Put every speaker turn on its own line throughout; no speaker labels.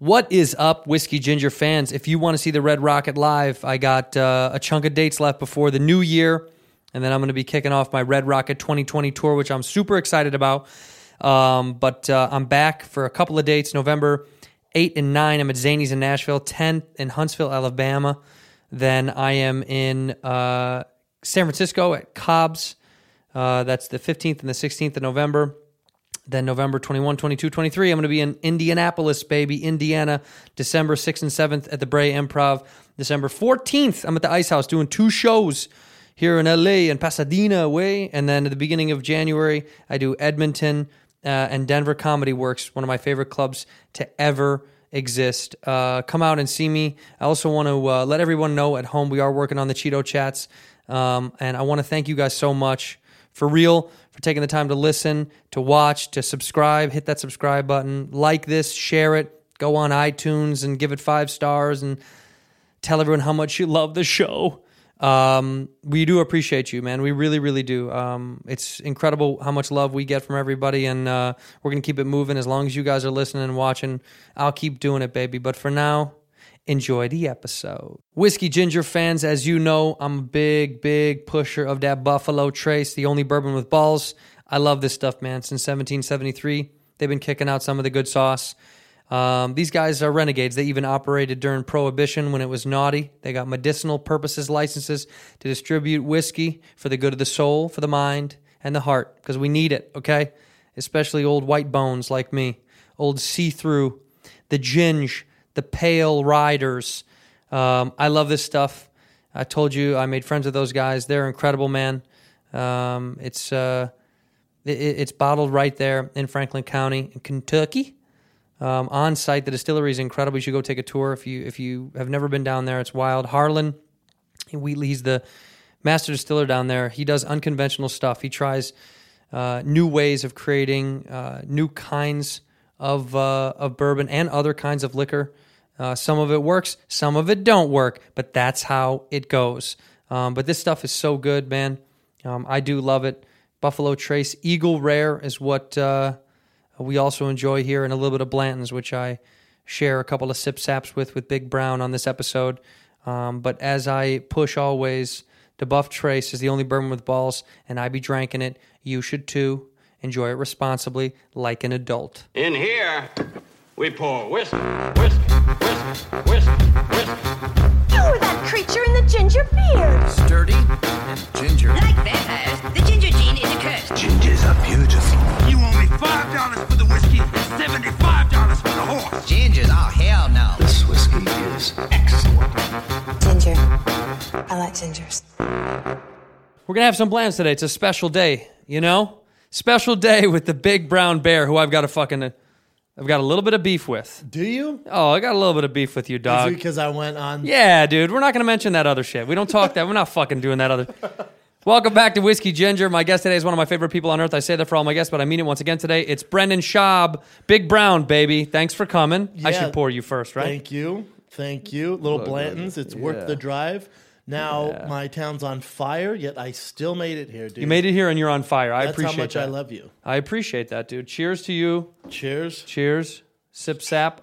What is up, Whiskey Ginger fans? If you want to see the Red Rocket live, I got uh, a chunk of dates left before the new year, and then I'm going to be kicking off my Red Rocket 2020 tour, which I'm super excited about. Um, but uh, I'm back for a couple of dates November 8 and 9. I'm at Zany's in Nashville, 10 in Huntsville, Alabama. Then I am in uh, San Francisco at Cobb's. Uh, that's the 15th and the 16th of November. Then November 21, 22, 23, I'm going to be in Indianapolis, baby, Indiana, December 6th and 7th at the Bray Improv. December 14th, I'm at the Ice House doing two shows here in LA and Pasadena way. And then at the beginning of January, I do Edmonton uh, and Denver Comedy Works, one of my favorite clubs to ever exist. Uh, come out and see me. I also want to uh, let everyone know at home we are working on the Cheeto Chats. Um, and I want to thank you guys so much for real for taking the time to listen, to watch, to subscribe, hit that subscribe button, like this, share it, go on iTunes and give it five stars and tell everyone how much you love the show. Um, we do appreciate you, man. We really, really do. Um, it's incredible how much love we get from everybody, and uh, we're gonna keep it moving as long as you guys are listening and watching. I'll keep doing it, baby. But for now, enjoy the episode. Whiskey Ginger fans, as you know, I'm a big, big pusher of that Buffalo Trace, the only bourbon with balls. I love this stuff, man. Since 1773, they've been kicking out some of the good sauce. Um, these guys are renegades. They even operated during Prohibition when it was naughty. They got medicinal purposes licenses to distribute whiskey for the good of the soul, for the mind, and the heart, because we need it, okay? Especially old white bones like me, old see through, the ginge, the Pale Riders. Um, I love this stuff. I told you I made friends with those guys. They're incredible, man. Um, it's uh, it, it's bottled right there in Franklin County, in Kentucky, um, on site. The distillery is incredible. You should go take a tour if you if you have never been down there. It's wild. Harlan Wheatley, he's the master distiller down there. He does unconventional stuff. He tries uh, new ways of creating uh, new kinds of uh, of bourbon and other kinds of liquor. Uh, some of it works, some of it don't work, but that's how it goes. Um, but this stuff is so good, man. Um, I do love it. Buffalo Trace Eagle Rare is what uh, we also enjoy here, and a little bit of Blanton's, which I share a couple of sip saps with with Big Brown on this episode. Um, but as I push always, the Buff Trace is the only bourbon with balls, and I be drinking it. You should too. Enjoy it responsibly, like an adult.
In here, we pour whisk, whisk, whisk, whisk, whisk.
You were Oh, that creature in the ginger beard.
sturdy and ginger.
Like vampires, the ginger gene is a curse.
Gingers are beautiful.
You owe me five dollars for the whiskey and seventy-five dollars for the horse.
Gingers, oh hell no.
This whiskey is excellent.
Ginger. I like gingers.
We're gonna have some plans today. It's a special day, you know? Special day with the big brown bear who I've got a fucking I've got a little bit of beef with.
Do you?
Oh, I got a little bit of beef with you,
Is it
dog.
because I went on.
Uh, Yeah, dude. We're not going to mention that other shit. We don't talk that. We're not fucking doing that other. Welcome back to Whiskey Ginger. My guest today is one of my favorite people on earth. I say that for all my guests, but I mean it once again today. It's Brendan Schaub, Big Brown, baby. Thanks for coming. I
Yeah.
should pour you first, right?
Thank you. Thank you. Little Blantons. It's worth the drive. Now my town's on fire, yet I still made it here, dude.
you made it here and you're on fire. I
That's
appreciate
how much
that.
I love you.
I appreciate that, dude. Cheers to you.
Cheers.
Cheers. Sip sap.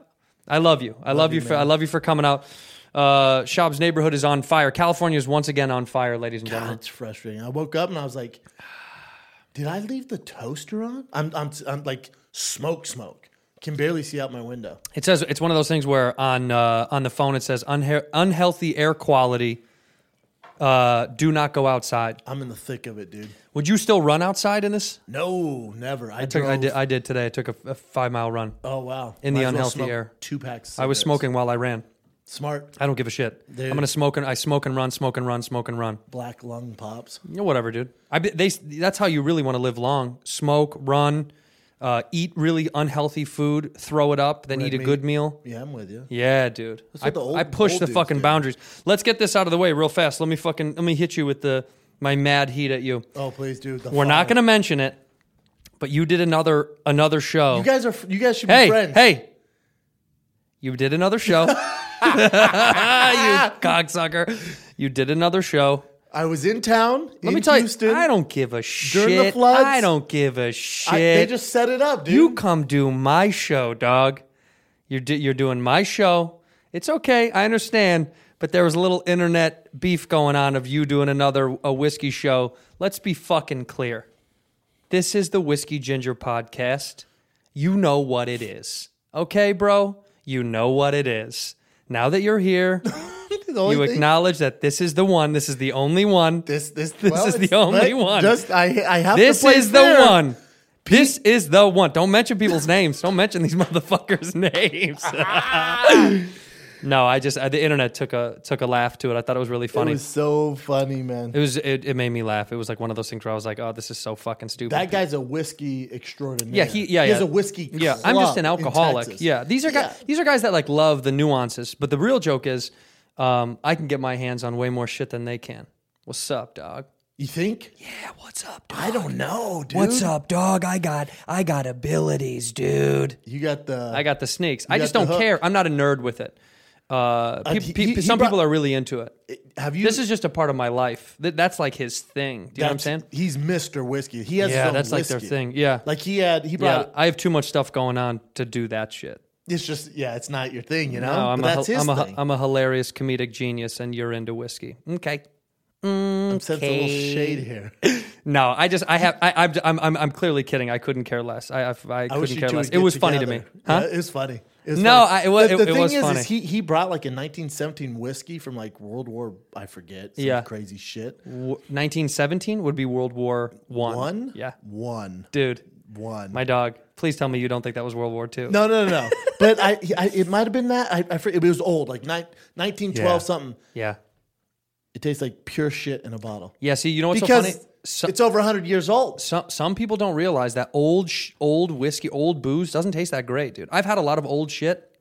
I love you. I love, you for I love you for coming out. Uh Schaub's neighborhood is on fire. California is once again on fire, ladies and
God,
gentlemen.
it's frustrating. I woke up and I was like, "Did I leave the toaster on?" I'm, I'm, I'm like smoke, smoke. Can barely see out my window.
It says it's one of those things where on uh, on the phone it says "Unhe- unhealthy air quality. Uh, do not go outside.
I'm in the thick of it, dude.
Would you still run outside in this?
No, never. I,
Took-
took.
I did. I did today. I took a, a five mile run.
oh wow.
In the
as well
unhealthy
smoke
air.
Two packs.
I was
cigarettes.
smoking while I ran.
Smart
I don't give a shit.
Dude.
I'm gonna smoke and I smoke and run, smoke and run, smoke and run.
black lung pops.
You know, whatever, dude. I be- they that's how you really want to live long. Smoke, run. uh, eat really unhealthy food, throw it up, then
Red
eat a
meat.
good meal.
Yeah, I'm with you.
Yeah, dude. I,
what the old-
I push
old
the
dudes
fucking
do.
boundaries. Let's get this out of the way real fast. Let me fucking let me hit you with the my mad heat at you.
Oh, please, dude. the
We're not
fire.
going to mention it, but you did another another show.
You guys are. f- You guys should
hey,
be friends.
hey. You did another show. you cocksucker. You did another show.
I was in town.
Let
in
me tell
Houston.
you, I don't give a shit.
the floods,
I don't give a shit.
I- they just set it up, dude.
You come do my show, dog. You're do, you're doing my show. It's okay, I understand. But there was a little internet beef going on of you doing another a whiskey show. Let's be fucking clear. This is the Whiskey Ginger podcast. You know what it is, okay, bro? You know what it is. Now that you're here,
The only
you
thing-
acknowledge that this is the one. This is the only one.
This this
This
well,
is the
it's-
only
let-
one.
Just I I have
This
to play
is the
fair.
one. This is the one. Don't mention people's names. Don't mention these motherfuckers' names. no, I just I, the internet took a took a laugh to it. I thought it was really
It
funny.
was so funny, man.
It was it, it made me laugh. It was like one of those things where I was like, oh, this is so fucking stupid.
that guy's a whiskey extraordinaire.
yeah, he yeah,
he
yeah.
has a whiskey.
Yeah, I'm just
club
an
in
alcoholic.
Texas.
Yeah, these are guys.
Yeah.
These are guys that like love the nuances. But the real joke is, um, I can get my hands on way more shit than they can. What's up, dog?
You think?
Yeah, what's up, dog?
I don't know, dude.
What's up, dog? I got I got abilities, dude.
You got the.
I got the sneaks. I
got
just
the
don't
hook.
care. I'm not a nerd with it. Uh, pe-
he-
pe-
he- he
some
brought-
people are really into it.
Have you?
This is just a part of my life. Th- that's like his thing. Do you know what I'm
that's-
saying?
He's Mister Whiskey. He has. his
Yeah,
own
that's like their
whiskey.
thing. Yeah.
Like he had.
yeah,
He brought.
I have too much stuff going on to do that shit.
It's just. Yeah, it's not your thing. You know.
No, I'm
but
a,
that's
hel-
his
I'm, a,
thing.
I'm a hilarious comedic genius, and you're into whiskey. Okay.
I'm sensing a little shade here.
No, I just I have I I'm I'm, I'm, I'm clearly kidding. I couldn't care less. I I, I
I wish
couldn't
you
care
two
less.
would
It
get
was funny to me.
together.
Huh?
Yeah, it was funny. It was
No,
funny.
I- it wa-
The,
it-
the
it
thing
was
is,
funny.
is he he brought like a 1917 whiskey from like World War I forget. Some
Yeah.
crazy shit.
W- 1917 would be World War One.
One.
Yeah.
One.
Dude,
One.
my dog. Please tell me you don't think that was World War Two.
no, no, no, no. but I, I it might have been that. I, I forget. It was old, like ni- 1912
Yeah.
something.
Yeah.
It tastes like pure shit in a bottle.
Yeah. See, you know what's
because
so funny? So,
it's over 100 years old.
some some people don't realize that old sh- old whiskey, old booze doesn't taste that great, dude. I've had a lot of old shit.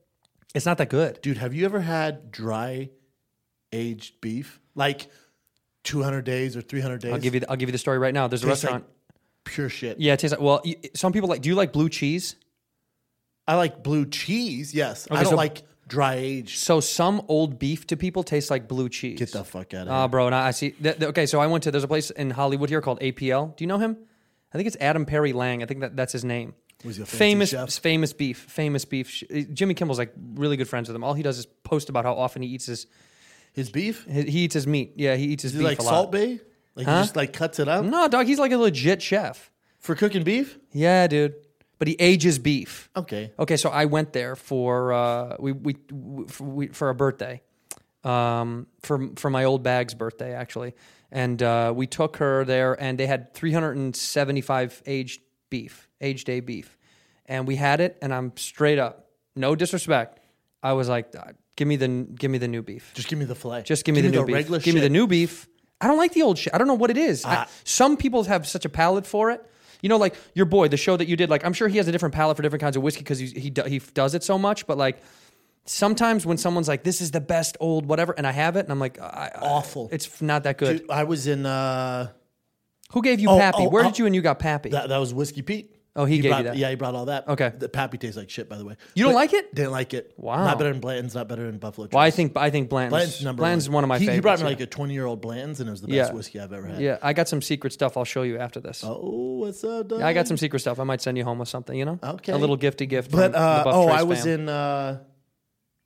It's not that good.
Dude, have you ever had dry aged beef? Like 200 days or 300 days?
I'll give you the, I'll give you the story right now. There's a
Tastes like
restaurant.
pure shit.
yeah, it tastes like well. You, some people like. Do you like blue cheese?
I like blue cheese. Yes, I
Okay,
don't
so-
like dry aged.
So some old beef to people tastes like blue cheese.
Get the fuck out of
Ah,
here.
bro, and I I see. Th- th- okay, so I went to there's a place in Hollywood here called APL. Do you know him? I think it's Adam Perry Lang. I think that, that's his name.
Was he a fancy
famous,
chef?
famous beef, famous beef. Sh- Jimmy Kimmel's like really good friends with him. All he does is post about how often he eats his,
His beef?
his he eats his meat. Yeah, he eats his
Is it
beef
like
a lot.
Salt Bay? Like he just like cuts it up
No, dog, he's like a legit chef.
for cooking beef?
Yeah, dude. But he ages beef.
Okay.
Okay, so I went there for uh, we, we, we, for, we for a birthday, um, for for my old bag's birthday actually, and uh, we took her there, and they had 375 aged beef, aged day beef, and we had it, and I'm straight up, no disrespect, I was like, "Uh, give me the give me the new beef,
Just give me the filet.
just give me the new beef.
regular
Give me the
shit.
new beef. I don't like the old shit. I don't know what it is. I- some people have such a palate for it. You know, like your boy, the show that you did. Like, I'm sure he has a different palate for different kinds of whiskey because he he, do- he does it so much. But like, sometimes when someone's like, "This is the best old whatever," and I have it, and I'm like, I, I-
Awful.
It's f- not that good.
Dude, I was in uh
Who gave you
oh,
Pappy?
oh,
Where
oh,
did you and you got Pappy?
that, that was Whiskey Pete.
Oh, he gave you
brought,
that.
Yeah, he brought all that.
Okay.
The pappy tastes like shit, by the way.
You don't like it?
Didn't like it.
Wow.
Not better than Blanton's. Not better than Buffalo.
well, I
Trace.
think I think Blanton's
Blanton's number
Blanton's
one.
one of my
he,
favorites.
He brought me
yeah.
like a 20 year old Blanton's, and it was the
Yeah.
best whiskey I've ever had.
yeah, I got some secret stuff. I'll show you after this.
Oh, what's up, dog?
I got some secret stuff. I might send you home with something. You know,
Okay.
a little gifty gift. from
But
the
uh,
Buff
oh,
Trace
I was
fam.
in uh,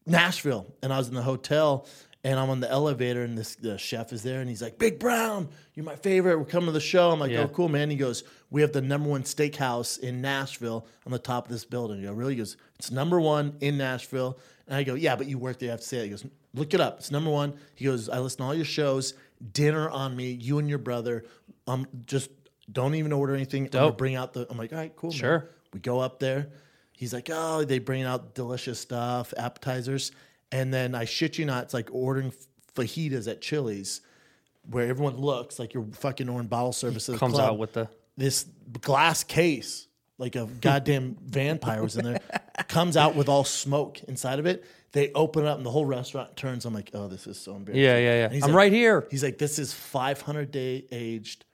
Nashville, and I was in the hotel, and I'm on the elevator, and this the chef is there, and he's like, "Big Brown, you're my favorite. We're coming to the show." I'm like,
Yeah.
"Oh, cool, man." He goes, "We have the number one steakhouse in Nashville on the top of this building." I go, "Really?" He goes, "It's number one in Nashville." And I go, "Yeah, but you work there. You have to say it." He goes, "Look it up. It's number one." He goes, "I listen to all your shows. Dinner on me. You and your brother. Um, just." Don't even order anything. I'm gonna
Dope.
bring out the. I'm like, all right, cool. man."
Sure.
We go up there. He's like, oh, they bring out delicious stuff, appetizers. And then I shit you not, it's like ordering fajitas at Chili's where everyone looks like you're fucking ordering bottle service. at the
comes
club.
out with the
this glass case like a goddamn vampire was in there, comes out with all smoke inside of it. They open up and the whole restaurant turns. I'm like, oh, this is so embarrassing.
Yeah, yeah, yeah.
And he's
I'm
like-
right here.
He's like, this is 500 day aged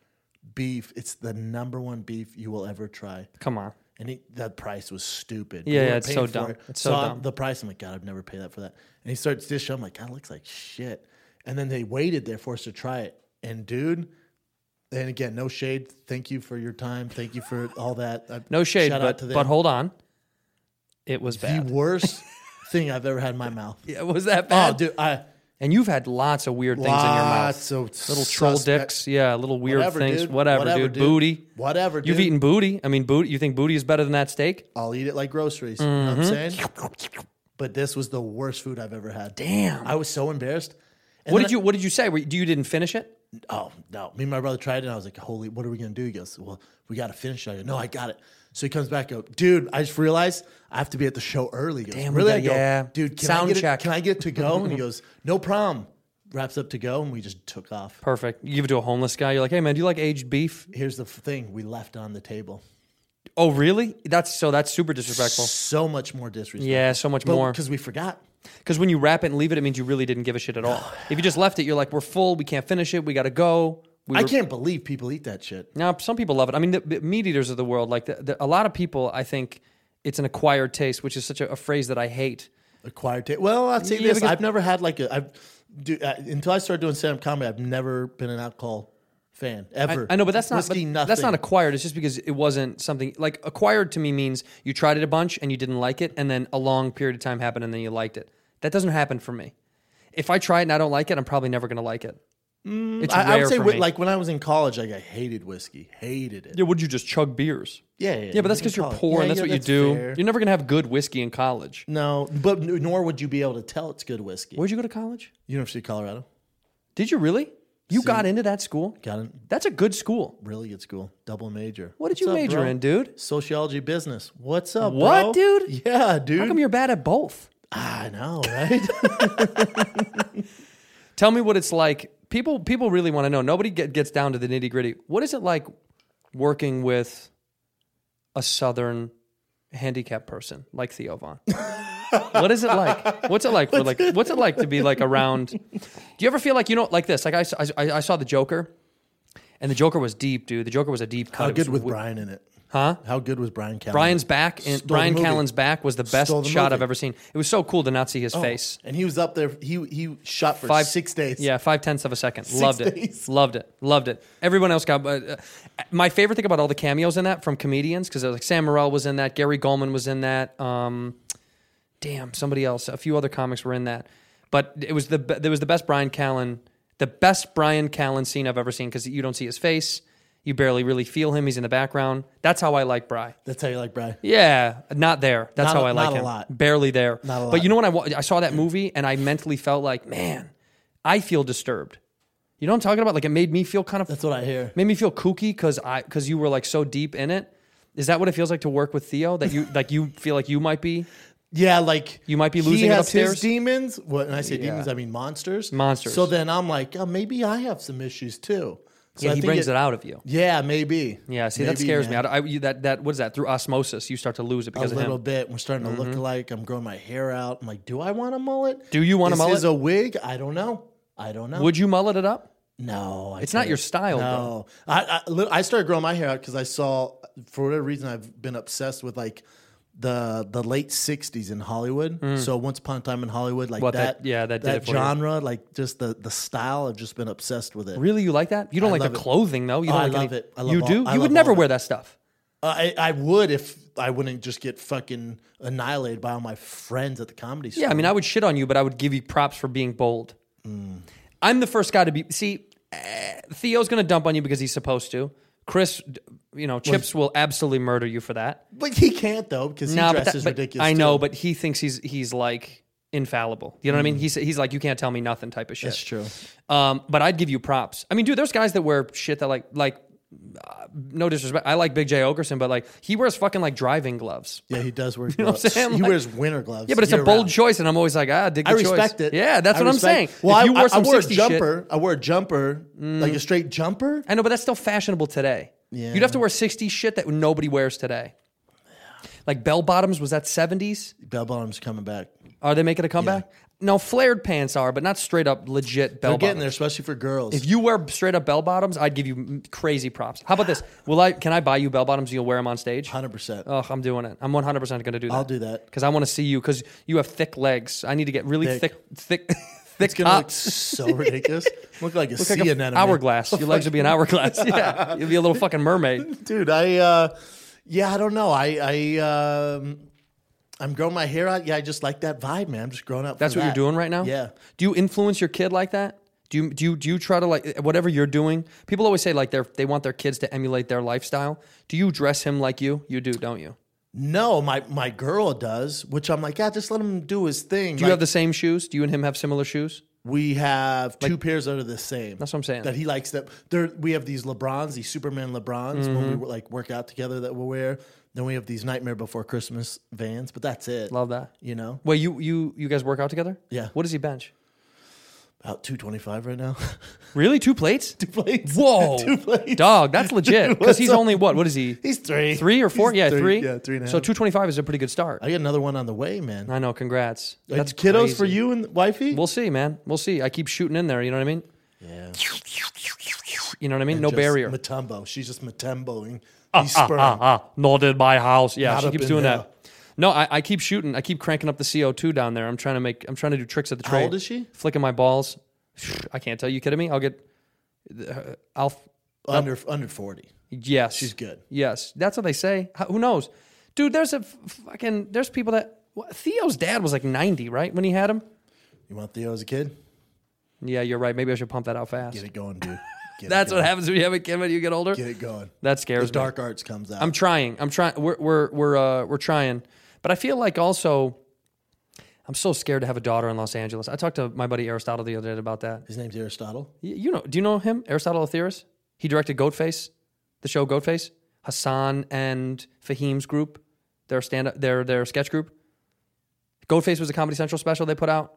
beef. It's the number one beef you will ever try.
Come on.
And he, that price was stupid.
Yeah,
We
yeah,
were
it's
paying
so
for
dumb.
it.
It's so
Saw
dumb.
The price, I'm like, God, I've never paid that for that. And he starts dish. I'm like, God, it looks like shit. And then they waited there for us to try it. And dude, and again, no shade. Thank you for your time. Thank you for all that. I-
No shade,
shout out
but
to them.
but hold on. It was
the
bad.
worst thing I've ever had in my mouth.
Yeah, was that
Oh,
bad?
dude, I
And you've had lots of weird things in your mouth.
lots of
Little troll
suspect-
dicks, yeah, little weird
Whatever,
things,
dude.
whatever,
Whatever,
dude.
dude.
Booty,
Whatever,
You've
dude.
eaten booty. I mean, booty. You think booty is better than that steak?
I'll eat it like groceries. You know what I'm
Mm-hmm.
saying? But this was the worst food I've ever had. Damn. I was so embarrassed. And
What
then
did you What did you say? Were you- Do you didn't finish it?
oh no me and my brother tried it and i was like holy what are we gonna do he goes well we gotta finish it i go no i got it so he comes back and go dude i just realized i have to be at the show early he goes,
Damn, we
really
gotta-
I go,
yeah.
dude can,
Sound
I get
check.
It, can i get it to go and he goes no problem wraps up to go and we just took off
Perfect. You give it to a homeless guy. You're like, hey man, do you like aged beef?
here's the f- thing we left on the table
Oh really? That's so. That's super disrespectful.
so much more disrespect
Yeah, so much more.
because we forgot
Because when you wrap it and leave it, it means you really didn't give a shit at all. if you just left it, you're like, we're full. We can't finish it. We gotta go. We
i
were-
can't believe people eat that shit
Now, some people love it. I mean, the, the meat eaters of the world, like the, the, a lot of people, I think it's an acquired taste, which is such a, a phrase that I hate.
acquired taste. Well, I'll say
Yeah,
this:
because-
I've never had like a. I've do uh, until I started doing stand-up comedy. I've never been an alcohol fan
I,
ever.
I know, but that's not
whiskey.
but
nothing.
that's not acquired. It's just because it wasn't something like acquired to me means you tried it a bunch and you didn't like it, and then a long period of time happened and then you liked it. That doesn't happen for me. If I try it and I don't like it, I'm probably never going to like it. it's
I, I
rare
would say
for
wi-
me.
like when I was in college, like I hated whiskey, hated it.
yeah, would you just chug beers?
Yeah, yeah,
yeah, but that's
in
because you're
college.
poor
Yeah,
and that's
yeah,
what
that's
you do.
fair.
You're never going to have good whiskey in college.
No, but n- nor would you be able to tell it's good whiskey.
Where'd you go to college?
University of Colorado
Did you really? You got into that school?
got a
That's a good school.
really good school, double major.
What did you
What's up,
major
bro?
in, dude?
Sociology, business. What's up,
What,
bro?
dude?
Yeah, dude.
How come you're bad at both?
I know, right?
Tell me what it's like. People people really want to know. Nobody get, gets down to the nitty gritty. What is it like working with a southern handicapped person like Theo Vaughn? what is it like? What's it like for like? What's it like to be like around? Do you ever feel like you know like this? Like I s- I, I saw the Joker, and the Joker was deep, dude. The Joker was a deep cut.
How
It was
good with
wi-
Brian in it? Huh? How good was Brian? Callen?
Brian's back and
Stole the
Brian
movie.
Callen's back was the best
Stole the
shot I've
movie. Oh,
ever seen. It was so cool to not see his face.
And he was up there. He he shot for six days.
Yeah, five tenths of a second. Loved
days.
it. Loved it. Loved it. Everyone else got. Uh, uh, my favorite thing about all the cameos in that from comedians because like Sam Morril was in that, Gary Goldman was in that. Um, damn, somebody else. A few other comics were in that, but it was the be- there was the best Brian Callen, the best Brian Callen scene I've ever seen because you don't see his face. You barely really feel him. He's in the background. That's how I like Bry.
That's how you like Brian.
Yeah, not there. That's
Not
how
a-
I like
not a
him.
lot.
Barely there.
Not a
But
lot.
you know what? I wa- I saw that movie and I mentally felt like, man, I feel disturbed. You know what I'm talking about? Like it made me feel kind of.
That's what I hear.
Made me feel kooky because I because you were like so deep in it. Is that what it feels like to work with Theo? That you like you feel like you might be
Yeah, like
You might be losing
He
it
has
upstairs.
his demons. What? And I say demons, I mean monsters.
Monsters.
So then I'm like, oh, maybe I have some issues too. So
yeah,
I
he
think
brings it, out of you.
Yeah, maybe.
Yeah, see that
Maybe,
scares me. I,
man.
don't- I you, that that what is that? Through osmosis, you start to lose it
A
because of
little
him. Mm-hmm.
bit. We're starting to look alike. I'm growing my hair out. I'm like, do I want a mullet?
Do you want a
This
mullet?
Is a wig? I don't know. I don't know.
Would you mullet it up?
No, I
It's not
couldn't.
your style,
No, I, I li- I started growing my hair out because I saw for whatever reason I've been obsessed with like the the late '60s in Hollywood. So once upon a time in Hollywood, like
Hmm. What,
that,
that- yeah, that did it for you.
genre, like just the the style. I've just been obsessed with it.
Really, you like that? You don't
I
like the
love it.
clothing though. You
Oh,
don't
I
like
love
any-
it. I love
you
all-
do.
I
you
love
would never
all of
wear
it.
that stuff.
I I would if I wouldn't just get fucking annihilated by all my friends at the comedy store.
Yeah, I mean, I would shit on you, but I would give you props for being bold.
Mm.
I'm the first guy to be. See, eh, Theo's going to dump on you because he's supposed to. Chris, d- you know, Chips will absolutely murder you for that.
but he can't though because he
Nah, but,
dresses
that, but
ridiculous.
I know,
too. Mm.
but he thinks he's he's like infallible. You know what I mean? He's he's like you can't tell me nothing type of shit.
that's true.
Um, but I'd give you props. I mean, dude, there's guys that wear shit that like like. uh, No disrespect. I like Big J Okerson, but like he wears fucking like driving gloves.
Yeah, he does wear gloves.
know what I'm saying?
He
Like-
wears winter gloves.
Yeah, but it's a bold
year-round.
choice, and I'm always like, ah, I dig
I
the choice.
respect it.
Yeah, that's
I
what I'm saying.
respect- Well,
if
I,
you wore
I,
some
I wore a
60 shit- Mm.
jumper. I wore a jumper, like a straight jumper.
I know, but that's still fashionable today.
Yeah.
You'd have to wear 60 shit that nobody wears today. Like bell bottoms, was that 70s?
Bell bottoms coming back.
Are they making a comeback? No, flared pants are, but not straight up legit bell
They're getting there,
bottoms.
especially for girls.
If you wear straight up bell bottoms, I'd give you mm, crazy props. How about this? Will I? Can I buy you bell bottoms? and You'll wear them on stage.
100%.
Oh, I'm doing it. I'm 100 percent going to do that.
I'll do that.
because I want to see you because you have thick legs. I need to get really thick,
Thick.
thick, thick,
it's gonna look
tops.
so ridiculous. Look like a sea
Like a
anemone.
hourglass. Your legs would be an hourglass. Yeah, you'd be a little fucking mermaid.
dude i uh yeah i don't know i i um i'm growing my hair out yeah i just like that vibe man i'm just growing up for
That's what you're
that.
doing right now.
yeah
Do you influence your kid like that? Do you do you do you try to like whatever you're doing? People always say like they they want their kids to emulate their lifestyle. Do you dress him like you? You do, don't you?
no my my girl does which i'm like yeah just let him do his thing
Do you have the same shoes? Do you and him have similar shoes?
we have two pairs that are the same
That's what I'm saying.
that he likes that there we have these lebrons these superman lebrons
Mm-hmm.
when we like work out together that we'll wear then we have these nightmare before christmas vans but that's it
Love that.
you know
Wait, you you you guys work out together?
Yeah.
What does he bench?
about 225 right now
Really, two plates?
two plates
Whoa,
two plates
dog, that's legit. Because
what's
he's
up?
only what? What is he?
he's three
three or four?
He's
yeah,
three.
three.
yeah three and a half
So two twenty five is a pretty good start.
I got another one on the way, man.
I know. Congrats.
That's
That's
kiddos
crazy.
for you and wifey.
We'll see, man. We'll see. I keep shooting in there. You know what I mean?
yeah.
You know what I mean? No
Just
barrier. Ah,
Matumbo. She's just matumboing. He's sperm.
not in my house. Yeah,
Not
she
up
keeps
in
doing
there.
that. No, I, I keep shooting. I keep cranking up the CO two down there. I'm trying to make. I'm trying to do tricks at the trade.
old is she?
Flicking my balls. I can't tell. You kidding me? I'll get. uh, I'll.
Under under forty.
Yes,
She's good.
Yes, that's what they say. How- Who knows, dude? There's a f- fucking. There's people that what- Theo's dad was like 90, right, when he had him.
You want Theo as a kid?
Yeah, you're right. Maybe I should pump that out fast.
Get it going, dude. Get
That's
it
what
going.
happens when you have a kid when you get older.
Get it going.
That scares
The dark
me.
arts comes out.
I'm trying. I'm trying. We're we're we're uh, we're trying. But I feel like also, I'm so scared to have a daughter in Los Angeles. I talked to my buddy Aristotle the other day about that.
His name's Aristotle.
Y- You know? Do you know him, Aristotle Atheris? He directed Goatface, the show Goatface. Hassan and Fahim's group, their stand up, their their sketch group. Goatface was a Comedy Central special they put out.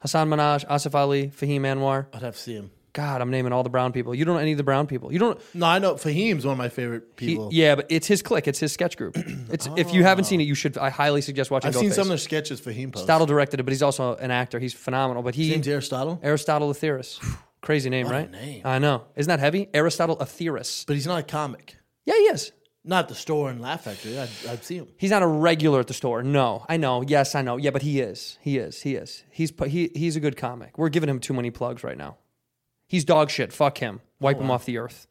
Hassan Minaj, Asif Ali, Fahim Anwar.
I'd have to see him.
God, I'm naming all the brown people. You don't know any of the brown people. You don't.
No, I know Fahim's one of my favorite
he-
people.
yeah, but it's his clique. It's his sketch group. It's if you haven't seen it, you should. I highly suggest watching.
I've seen
Goatface.
some of their sketches Fahim posts.
Aristotle directed it, but he's also an actor. He's phenomenal. But he
Name's Aristotle,
Aristotle Atheris. Crazy name, right?
name.
I know. Isn't that heavy? Aristotle Atheris.
but he's not a comic.
Yeah, he is.
Not at the store and Laugh Factory. I'd, I'd see him.
He's not a regular at the store. No, I know. Yes, I know. Yeah, but he is. He is. He is. He's pu- he, he's a good comic. We're giving him too many plugs right now. He's dog shit. Fuck him.
Oh,
Wipe him off the earth.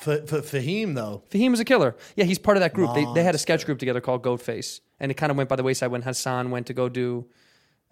Fa- Fa- Fahim though,
Fahim is a killer. Yeah, he's part of that group. They, they had a sketch group together called Goatface, and it kind of went by the wayside when Hassan went to go do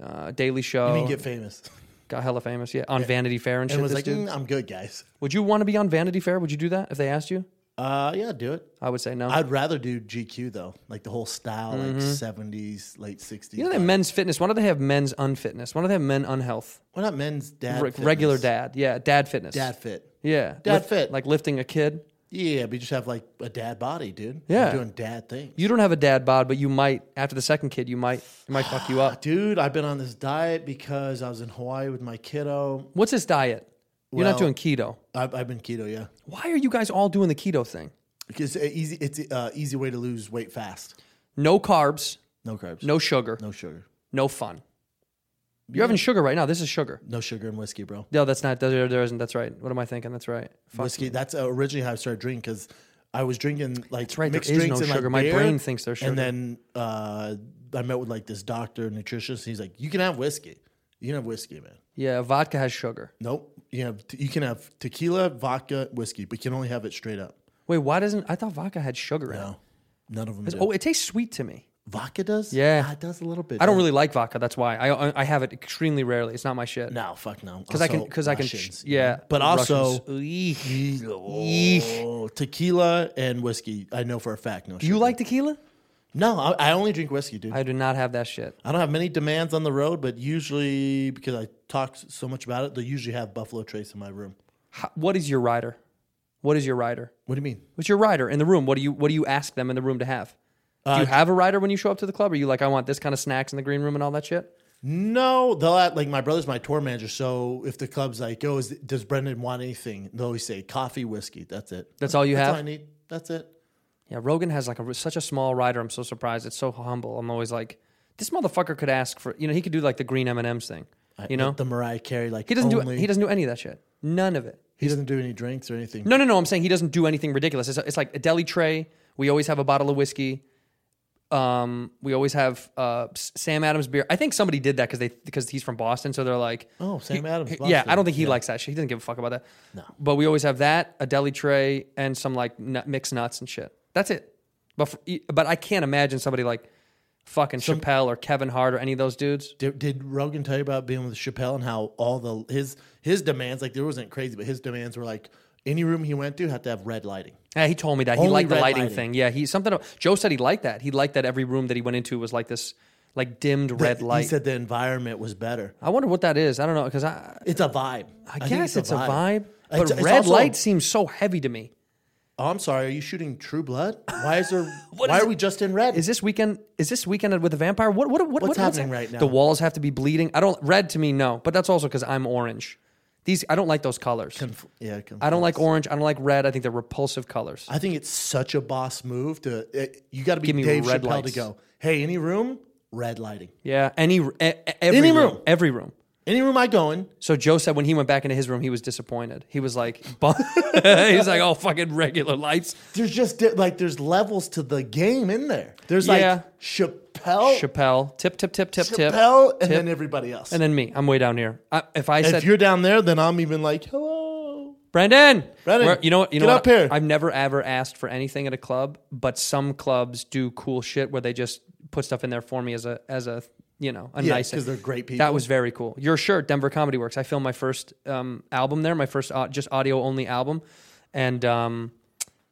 uh, Daily Show.
he get famous.
got hella famous. Yeah, on Vanity Fair and shit.
And was
this
like,
dude.
"Mm, I'm good, guys.
Would you want to be on Vanity Fair? Would you do that if they asked you?
Uh, yeah, do it.
I would say no.
I'd rather do GQ though, like the whole style, like seventies, late sixties.
you know they have men's fitness. Why do they have men's unfitness? Why do they have men unhealth?
Well, not men's dad,
Re-
fitness.
Regular dad. Yeah, dad fitness.
dad fit.
Yeah.
Dad fit.
Like lifting a kid.
Yeah, but you just have like a dad body, dude.
Yeah.
You're doing dad things.
You don't have a dad bod, but you might after the second kid, you might it might fuck you up.
dude, I've been on this diet because I was in Hawaii with my kiddo.
What's his diet? You're not
Well-
doing keto.
I've, I've been keto, yeah,
Why are you guys all doing the keto thing?
because it's a easy. It's a uh, easy way to lose weight fast.
No carbs,
No carbs.
no sugar, no,
no sugar.
fun. You're having sugar right now. This is sugar.
No sugar and whiskey, bro.
No, that's not. There, there isn't. That's right. What am I thinking? That's right. Fuck
whiskey. That's uh, originally how I started drinking because I was drinking like
right, there
mixed
is no
drinks and
sugar.
like
My
beer,
brain thinks they're sugar.
And then uh, I met with like this doctor nutritionist. He's like, you can have whiskey. You can have whiskey, man.
Yeah, vodka has sugar.
Nope. You have you can have tequila, vodka, whiskey, but you can only have it straight up.
Wait, why doesn't I thought vodka had sugar in
No, none of them.
it?
Do.
Oh, it tastes sweet to me.
vodka does.
Yeah.
Ah, it does a little bit.
I don't
man.
really like vodka. That's why I I, I have it extremely rarely. It's not my shit.
No, fuck no.
because I can
Also,
because I can
Russians.
yeah.
But also-
Russians. Eek.
Oh, tequila and whiskey. I know for a fact. No,
do you
sugar.
like tequila?
No, I, I only drink whiskey, dude.
I do not have that shit.
I don't have many demands on the road, but usually because I talk s- so much about it, they usually have Buffalo Trace in my room.
How- What is your rider? What is your rider?
What do you mean?
What's your rider in the room? What do you what do you ask them in the room to have? Do
Uh,
you have a rider when you show up to the club? Are you like I want this kind of snacks in the green room and all that shit?
No, they'll act like my brother's my tour manager. So if the club's like, oh, is, does Brendan want anything? They'll always say coffee, whiskey. That's it.
That's all you
That's
have?
all I need. That's it.
Yeah, Rogan has like a, such a small rider. I'm so surprised. It's so humble. I'm always like, this motherfucker could ask for. You know, he could do like the green M and M's thing. You know,
Uh, the Mariah Carey like
he doesn't
only,
do. He doesn't do any of that shit. None of it.
he doesn't do any drinks or anything.
No, no, no. I'm saying he doesn't do anything ridiculous. It's, it's like a deli tray. We always have a bottle of whiskey. Um, we always have uh, S- Sam Adams beer. I think somebody did that because they because he's from Boston, so they're like,
Oh, Sam
he-
Adams,
he- Yeah,
Boston.
I don't think he likes that shit. He doesn't give a fuck about that. No. But we always have that a deli tray and some like nut, mixed nuts and shit. That's it. But for, but I can't imagine somebody like fucking Chappelle or Kevin Hart or any of those dudes.
Did, did Rogan tell you about being with Chappelle and how all the his his demands like there wasn't crazy, but his demands were like any room he went to had to have red lighting.
Yeah, he told me that he
Only
liked the
red
lighting,
lighting.
thing. Yeah, he something. Joe said he liked that. He liked that every room that he went into was like this, like dimmed red
He-
light.
He said the environment was better.
I wonder what that is. I don't know because I,
It's a vibe.
I,
think
guess it's a vibe. But
It's- it's
red
also-
light seems so heavy to me.
Oh, I'm sorry. Are you shooting True Blood? Why is there? why
is
are we just in red?
Is this weekend? Is this weekend with a vampire? What? What? what what-
What's happening
hap-
right now?
The walls have to be bleeding. I don't red to me. No, but that's also because I'm orange. These I don't like those colors.
yeah, it comes-
I don't like orange. I don't like red. I think they're repulsive colors.
I think it's such a boss move to. It, you got to be
Give me
Dave
red
Chappelle
lights.
to go. Hey, any room? Red lighting.
yeah, any e- e- every
Any
room,
room.
every room.
Any room I go in?
So Joe said when he went back into his room, he was disappointed. He was like, bu- he was like, oh fucking regular lights.
There's just di- like there's levels to the game in there. There's like
Yeah.
Chappelle,
Chappelle, tip, tip, tip, tip, tip,
Oh. Chappelle, and
tip,
then everybody else.
and then me. I'm way down here. I, if I
if
said
you're down there, then I'm even like, hello.
Brendan,
Brendan,
you know what? You know
get
what?
up here.
I've never ever asked for anything at a club, but some clubs do cool shit where they just put stuff in there for me as a as a you know a
Yeah,
nice
'cause they're great people.
That was very cool. Your shirt, Denver Comedy Works. I filmed my first um, album there, my first au- just audio only album, and um,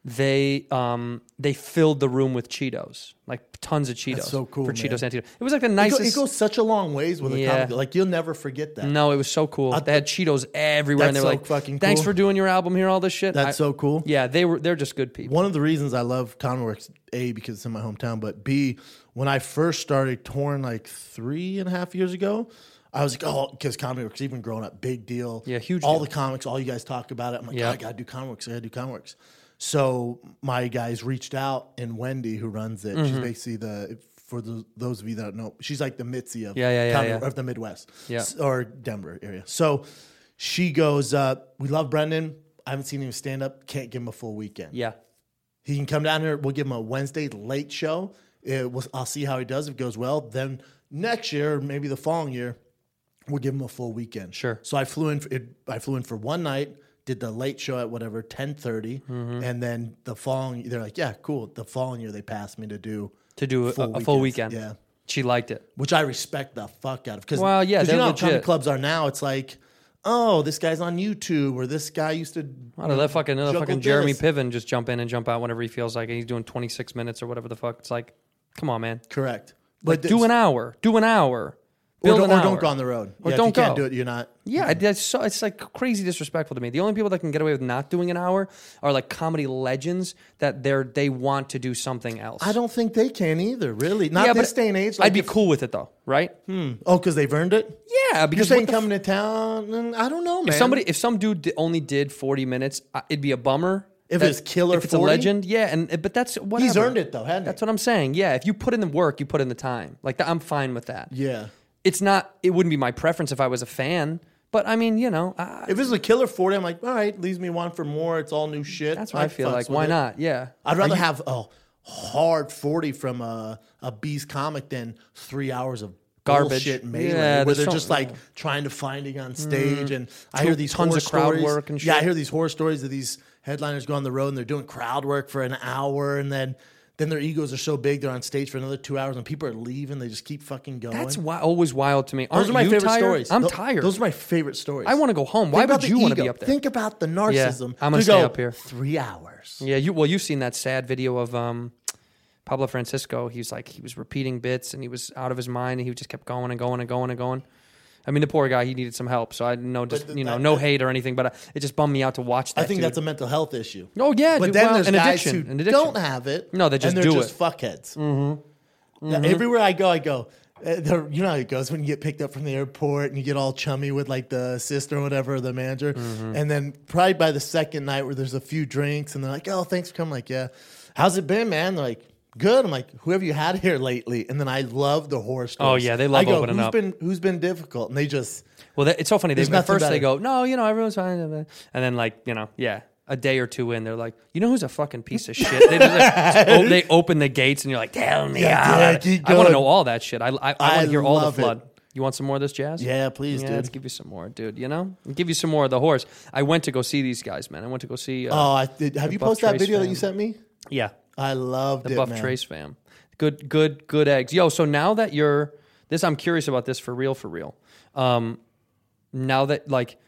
they um, they filled the room with Cheetos, like tons of Cheetos.
so cool,
for
man.
Cheetos and Cheetos. It was like the
It, go-
nicest.
it goes such a long ways with a
Yeah.
comic. Like you'll never forget that.
No, it was so cool. they had Cheetos everywhere, and they
Uh, That's
were
so
like,
fucking
"Thanks
cool.
for doing your album here, all this shit."
That's so cool.
Yeah, they were. They're just good people.
One of the reasons I love Conworks, A, because it's in my hometown, but B, when I first started touring like three and a half years ago, I was like, oh, because Comedy Works, even growing up, big deal.
Yeah, huge
All
deal.
the comics, all you guys talk about it. I'm like,
Yeah.
God, I gotta do Comedy Works, I gotta do Comedy Works. So my guys reached out, and Wendy, who runs it,
Mm-hmm.
she's basically the, for the, those of you that don't know, she's like the Mitzi of
Yeah, yeah, yeah,
Comedy-
yeah.
of the Midwest
Yeah.
S- or Denver area. So she goes, uh, we love Brendan. I haven't seen him stand up. Can't give him a full weekend.
Yeah,
He can come down here. We'll give him a Wednesday late show. It was, I'll see how he does. If it goes well, then next year, maybe the following year, we'll give him a full weekend.
Sure.
So I flew in. For, it, I flew in for one night. Did the late show at whatever ten
Mm-hmm.
and then the following. They're like, yeah, cool. The following year, they passed me to do
to do a, a full weekend.
weekends. Yeah
she liked it.
which I respect the fuck out of. Because
Well, yeah,
you
they're
know how comedy
legit.
clubs are now. It's like, oh, this guy's on YouTube, or this guy used to.
I don't know, that fucking, that
juggle
fucking Jeremy
this.
Piven just jump in and jump out whenever he feels like it. He's doing 26 minutes or whatever the fuck. It's like, come on, man.
Correct, but
Do an hour. Do an hour.
or,
Build
don't,
an
or
hour.
don't go on the road.
Or
Yeah, if
don't
you Can't
go.
do it. You're not.
Yeah, I- that's so, it's like crazy disrespectful to me. The only people that can get away with not doing an hour are like comedy legends that they're they want to do something else.
I don't think they can either. Really, not this day and age. Like
I'd be
if-
cool with it though, right?
Oh, because they've earned it.
Yeah,
You're
because what
saying
the f-
coming to town? Mm, I don't know, man.
if somebody if some dude di- only did 40 minutes, I- it'd be a bummer.
If it's killer
if it's a
40?
legend, yeah, and eh, but that's whatever.
he's earned it though, hasn't
That's
he?
what I'm saying. Yeah, if you put in the work, you put in the time. Like I'm fine with that.
yeah.
It's not. It wouldn't be my preference if I was a fan. But I mean, you know, I,
If it's a killer forty, I'm like, all right, leaves me one for more. It's all new shit.
that's what I, feel
fucks
like.
with
Why
it.
not? Yeah.
I'd rather have a hard 40 from a, a Beast comic than three hours of
Garbage.
bullshit melee
Yeah,
where
there's
they're
so-
just like trying to finding on stage. And I
Tons
hear these
of crowd
horror stories.
work and
Yeah, I
shit.
hear these horror stories of these headliners go on the road and they're doing crowd work for an hour and then. Then their egos are so big, they're on stage for another two hours, and people are leaving. They just keep fucking going.
That's why, always wild to me.
those
Aren't
are my
you
favorite
tired?
stories.
I'm
Tho-
tired.
Those are my favorite stories.
I want to go home.
Think
Why
about
would
the
you want to
ego.
be up there?
Think about the narcissism.
I'm gonna
to
stay
go
up here.
Three hours.
Yeah, you well, you've seen that sad video of um, Pablo Francisco. He was like he was repeating bits and he was out of his mind and he just kept going and going and going and going. I mean, the poor guy, he needed some help. So I know just
th-
you know
that-
no
that-
hate or anything, but uh, it just bummed me out to watch that.
I think
dude.
that's a mental health issue.
Oh, yeah,
but
dude,
then
well,
there's
an
guys
addiction,
who
an addiction.
don't have it.
No, they just
and they're
do
just
it. Mm-hmm.
fuckheads. Yeah, everywhere I go, I go. uh, the- you know how it goes when you get picked up from the airport and you get all chummy with like the sister or whatever, the
Mm-hmm.
manager, and then probably by the second night where there's a few drinks and they're like, "Oh, thanks for coming," like yeah, how's it been, man? They're like, good. I'm like, whoever you had here lately? And then I love the horror stories.
Oh, yeah, they love
I go,
opening
"Who's
up."
Been, who's been difficult? And they just,
Well, that, it's so funny. They,
There's
at
nothing
first they go,
better.
no, you know, everyone's fine. And then, like, you know, yeah, a day or two in, they're like, you know who's a fucking piece of shit? They, just, like, o- they open the gates and you're like, tell me.
Yeah,
all
yeah,
about it.
keep
I want to
going.
know all that shit. I, I, I
I
want to hear all the
love it.
flood. You want some more of this jazz?
yeah, please,
Yeah,
dude.
let's give you some more, dude. You know, give you some more of the horse. I went to go see these guys, man. I went to go see. Uh,
Oh, I did, have you
Buff
posted that
Trace
video that
fan.
you sent me?
yeah,
I loved
the
it,
Buff
man.
Trace fam. Good, good, good eggs. Yo, so now that you're this, I'm curious about this for real, for real. Um, now that like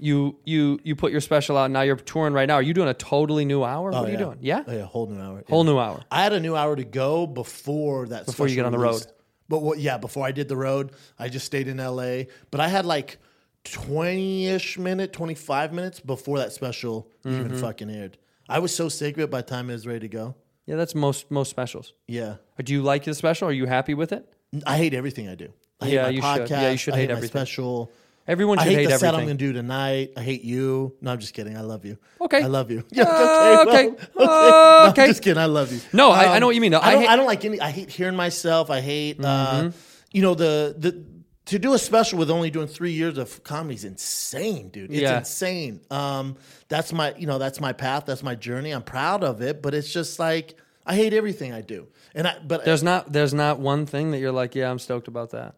you you you put your special out, now you're touring right now. Are you doing a totally new hour? what are you
yeah.
doing? Yeah,
Oh, yeah, whole new hour.
whole new hour.
I had a new hour to go before that.
Before you
special
get on the
release.
road.
But what, yeah, before I did the road, I just stayed in LA. But I had like 20 ish minute, 25 minutes before that special
Mm-hmm.
even fucking aired. I was so sick of it by the time it was ready to go.
Yeah, that's most most specials.
Yeah.
Do you like the special? Are you happy with it?
I hate everything I do. I hate
Yeah,
my
you should.
podcast.
Yeah, you should
I
hate
hate, my
everything.
special.
Everyone
I
should
hate,
hate,
the set I'm
everything.
going to do tonight. I hate you. No, I'm just kidding. I love you.
Okay.
I love you.
Uh, okay.
well, No, I'm
Okay.
just kidding. I love you. Um,
No, I- I know what you mean, though. I
I don't, I,
hate- Mm-hmm.
don't like any. I hate hearing myself. I hate, uh, you know, the the to do a special with only doing three years of comedy is insane, dude. It's
Yeah.
insane. Um, that's my you know that's my path. That's my journey. I'm proud of it, but it's just like I hate everything I do. And I but
There's not there's not one thing that you're like, yeah, I'm stoked about that.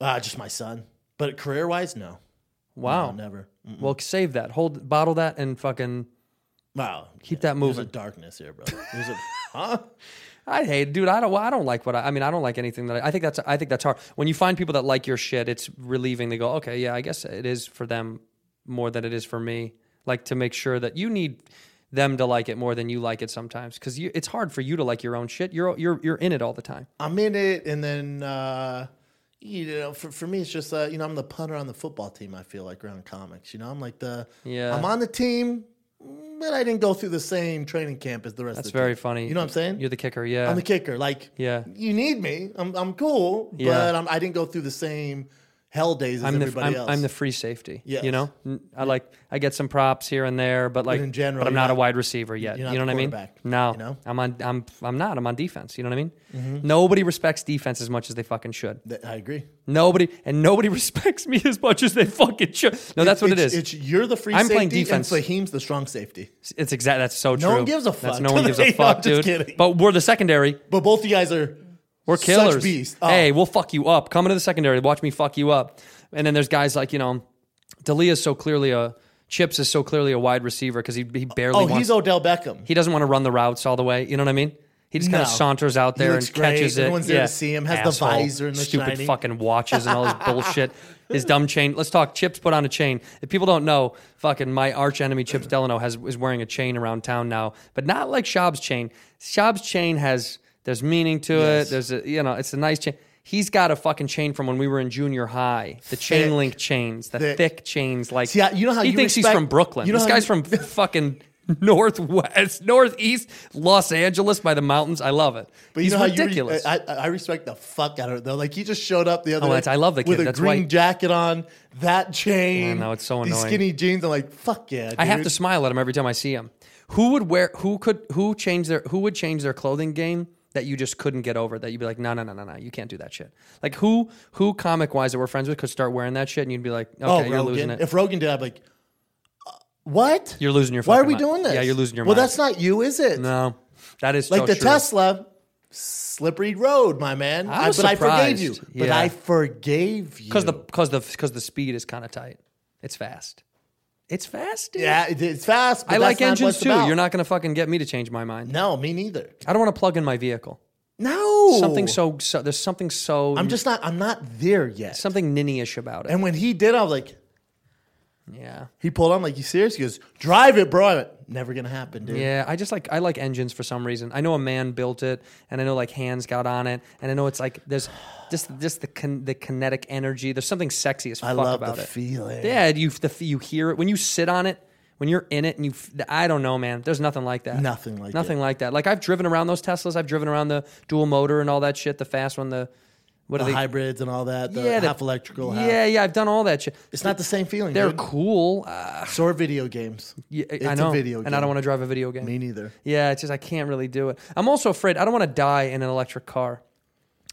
uh, just my son. But career wise, no,
Wow.
no, never. Mm.
Well, save that. Hold bottle that and fucking
Wow,
keep that
there's a
moving.
darkness here, bro. There's a huh?
I hate, dude. I don't. I don't like what I. I mean, I don't like anything that I, I think that's. I think that's hard. When you find people that like your shit, it's relieving. They go, okay, yeah, I guess it is for them more than it is for me. Like to make sure that you need them to like it more than you like it sometimes, because it's hard for you to like your own shit. You're you're you're in it all the time.
I'm in it, and then uh, you know, for, for me, it's just uh, you know, I'm the punter on the football team. I feel like around comics, you know, I'm like the
Yeah.
I'm on the team, but I didn't go through the same training camp as the rest.
That's
of the
very
team.
funny.
You know what I'm saying?
You're the kicker. Yeah.
I'm the kicker. Like,
Yeah.
you need me. I'm I'm cool,
Yeah.
but I'm, I didn't go through the same hell days as
I'm the, I'm,
everybody else.
I'm the free safety.
Yes.
You know, N- I like I get some props here and there, but like
in general,
but I'm
you're
not a
not-
wide receiver yet.
you're not
you know what
the
I mean?
quarterback,
No,
you know? Mm-hmm.
I'm on. I'm I'm not. I'm on defense. You know what I mean? Nobody respects defense as much as they fucking should.
Th- I agree.
Nobody and nobody respects me as much as they fucking should. No, that's what it
it's,
is.
It's you're the free
I'm
safety,
playing defense.
and Fahim's the strong safety.
It's exact. That's so true.
No one gives a
That's-
fuck.
no one gives a
No,
fuck,
I'm
dude.
just kidding.
But we're the secondary.
But both you guys are
We're
such
killers.
beasts.
Hey,
Oh.
we'll fuck you up. Come into the secondary. Watch me fuck you up. And then there's guys like you know, Dalia's so clearly a Chips is so clearly a wide receiver because he he barely.
oh,
wants,
he's Odell Beckham.
he doesn't want to run the routes all the way. You know what I mean? He just kind of
No.
saunters out
He
there
looks
and
great.
catches it.
Everyone's there to see him, has the visor and the
stupid
shiny.
fucking watches and all his bullshit. His dumb chain. Let's talk. Chips put on a chain. If people don't know, fucking my arch enemy Chips Delano has is wearing a chain around town now, but not like Shab's chain. Shab's chain has there's meaning to it. There's a you know it's a nice chain. He's got a fucking chain from when we were in junior high. The chain
Thick.
link chains, the thick,
Thick.
chains. Like
See, I- you know how
he
you
thinks he's
respect-
from Brooklyn.
you know
this
how
guy's
you-
from from fucking northwest, northeast Los Angeles by the mountains. I love it.
But
He's
you know how
ridiculous.
You re- I, I I respect the fuck out of it though. Like he just showed up the other
Oh,
day.
that's- I love the
with
kid.
a
That's
green
white.
jacket on, that chain.
I know, it's so
These
annoying.
skinny jeans. I'm like, fuck yeah.
I have
dude.
to smile at him every time I see him. Who would wear? Who could? Who change their? Who would change their clothing game that you just couldn't get over? That you'd be like, no, no, no, no, no, you can't do that shit. Like who? Who comic wise that we're friends with could start wearing that shit, and you'd be like, okay,
Oh,
you're
Rogan.
losing it.
If Rogan did, I'd be like, uh, what?
You're losing your
Why are
fucking
we
mind.
doing this?
Yeah, you're losing your
Well,
mind.
that's not you, is it?
no, that is
Like
so
the
true.
Tesla, slippery road, my man.
I was
but I forgave
surprised.
you. But
Yeah.
I forgave you.
because the because the because the speed is kind of tight. It's fast. It's fast. Dude.
yeah, it- it's fast. But
I
that's
like
not
engines
what's
too.
about.
You're not gonna fucking get me to change my mind.
No, me neither.
I don't want to plug in my vehicle.
No,
Something so, so there's something so
I'm just not. I'm not there yet.
something ninny-ish about it.
And when he did, I was like,
yeah,
he pulled on, like, you serious? He goes, drive it, bro. I went, Never gonna happen, dude.
yeah. I just like I like engines for some reason. I know a man built it, and I know like hands got on it, and I know it's like there's just just the kin- the kinetic energy. There's something sexy as fuck
I love
about
the
it.
feeling.
Yeah, you the, f- you hear it when you sit on it. When you're in it and you, f- I don't know, man. There's nothing like that.
Nothing like
nothing
it.
like that. Like I've driven around those Teslas. I've driven around the dual motor and all that shit. The fast one, the What
the
are they?
hybrids and all that. The
the-
half electrical. Half.
Yeah, yeah. I've done all that shit.
It's not the same feeling.
They're
dude.
cool. Uh,
So are video games.
yeah,
it's
I know.
a video game.
And I don't want to drive a video game.
Me neither.
Yeah, it's just I can't really do it. I'm also afraid I don't want to die in an electric car.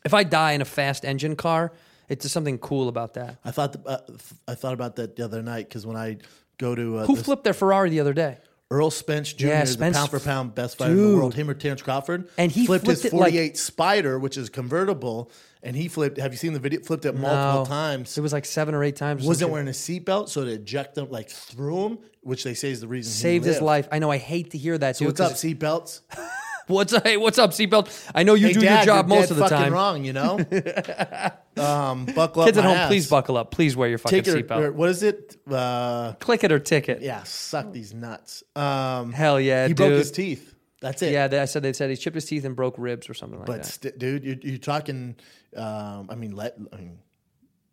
If I die in a fast engine car, it's just something cool about that.
I thought th- uh, f- I thought about that the other night because when I go to uh,
Who
this-
flipped their Ferrari the other day?
Earl Spence Jr.
Yeah,
is
Spence-
the pound for pound best fighter in the world.
Dude.
Him or Terrence Crawford,
And he
flipped, his
flipped it like-
48 Spider, which is convertible, and he flipped. Have you seen the video? Flipped it multiple
No.
times.
Oh, It was like seven or eight times. or some
wasn't
shit.
wearing a seatbelt, so to eject him, like threw him, which they say is the reason
saved
he
his
lived.
life. I know. I hate to hear that.
So
dude,
what's up,
'cause-
seatbelts?
What's up? Hey, what's up, seatbelt? I know you
Hey,
do
Dad,
your job
you're
most
dead
of the
fucking
time.
Wrong, you know. um, buckle up,
Kids at
my
home,
ass.
please buckle up. Please wear your fucking
Take it. Or, or
seatbelt.
what is it? Uh,
Click it or ticket.
yeah, suck these nuts. Um,
Hell yeah,
he
dude.
broke his teeth. That's it.
Yeah, they, I said they said he chipped his teeth and broke ribs or something like
But
that.
sti- dude, you're, you're talking. Um, I mean, let I mean,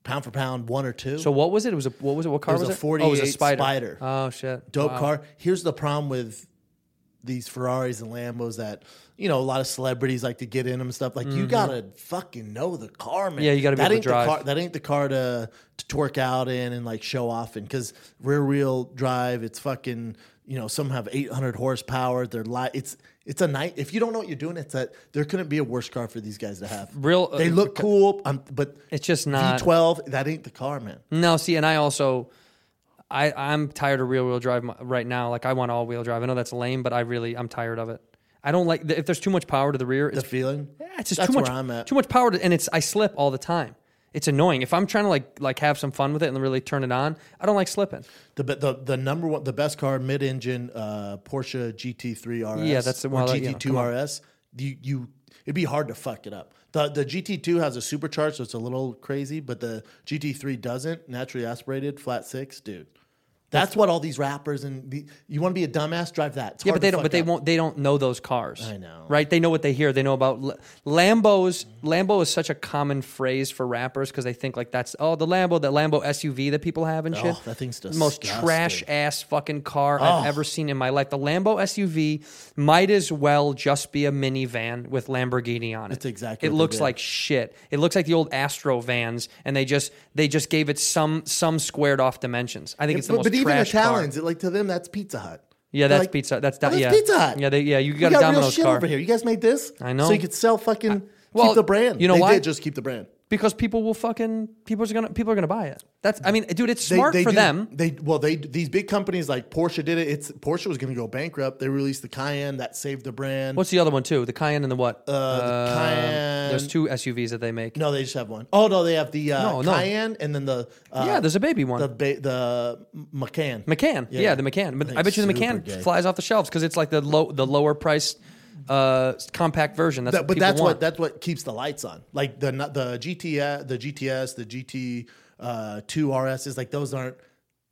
pound for pound, one or two.
So what was it? It was a what was it? What car
It was
was,
a
it? oh, it was a
48
spider.
Spider.
Oh shit.
dope
Wow.
car. Here's the problem with these Ferraris and Lambos that you know a lot of celebrities like to get in them and stuff. Like you gotta fucking know the car, man.
Mm-hmm. Yeah, you gotta be able
that
to
ain't
drive.
The car, that ain't the car to to twerk out in and like show off in because rear wheel drive. It's fucking you know some have 800 horsepower. They're li- It's it's a night. If you don't know what you're doing, it's that there couldn't be a worse car for these guys to have.
Real- uh,
they look cool, um, but
It's just not- Mm.
V12. That ain't the car, man.
No, see, and I also, I I'm tired of real wheel drive m- right now. Like I want all wheel drive. I know that's lame, but I really I'm tired of it. I don't like if there's too much power to the rear.
The
It's,
feeling.
yeah, it's just
That's
too much.
where I'm at.
Too much power, to, and it's I slip all the time. It's annoying. If I'm trying to like like have some fun with it and really turn it on, I don't like slipping.
The, be- the the number one the best car mid engine uh, Porsche GT3 RS
Yeah, that's the
or
one I like, yeah,
GT2
come on.
RS you you it'd be hard to fuck it up the the GT2 has a supercharged so it's a little crazy but the GT3 doesn't naturally aspirated flat six dude that's what all these rappers and the, you want to be a dumbass drive that It's
Yeah,
hard
but they
to
don't.
fuck
But they
up.
won't. They don't know those cars.
I know.
right? They know what they hear. They know about L- Lambos. Lambo is such a common phrase for rappers because they think like that's oh the Lambo, that Lambo SUV that people have and shit.
Oh, that thing's
the most
disgusting. Oh.
trash ass fucking car I've ever seen in my life. The Lambo SUV might as well just be a minivan with Lamborghini on it.
That's exactly
It
what they
looks
did.
like shit. It looks like the old Astro vans, and they just they just gave it some some squared off dimensions. I think it's the
but,
most
but even
trash car.
Italians it, like to them that's Pizza Hut
Yeah,
They're
that's
like,
pizza. That's,
"Oh,
that, yeah.
Pizza Hut
Yeah, they, yeah. You
We
got, a
real
Domino's
shit
car
over here you guys made this
I know.
so you could sell fucking
well,
keep the brand
you know
they
why?
did just keep the brand
because people will fucking people are gonna people are gonna buy it. That's I mean, dude, it's
They-
smart
they
for
do-
them.
They well, they these big companies like Porsche did it. It's Porsche was going to go bankrupt. They released the Cayenne that saved the brand.
What's the other one too? The Cayenne and the what? Um,
uh, the Cayenne?
There's two SUVs that they make.
No, they just have one. Oh no, they have the uh,
No, no.
Cayenne and then the uh,
yeah, there's a baby one.
the ba- the McCann.
McCann. Yeah, the McCann. But I bet you the
super
McCann
gay.
flies off the shelves because it's like the low the lower priced uh, compact version. That's what
That- but
people
that's
want.
what that's what keeps the lights on. Like the not- the GTS, the GTS, the GT uh, two RS is like those aren't.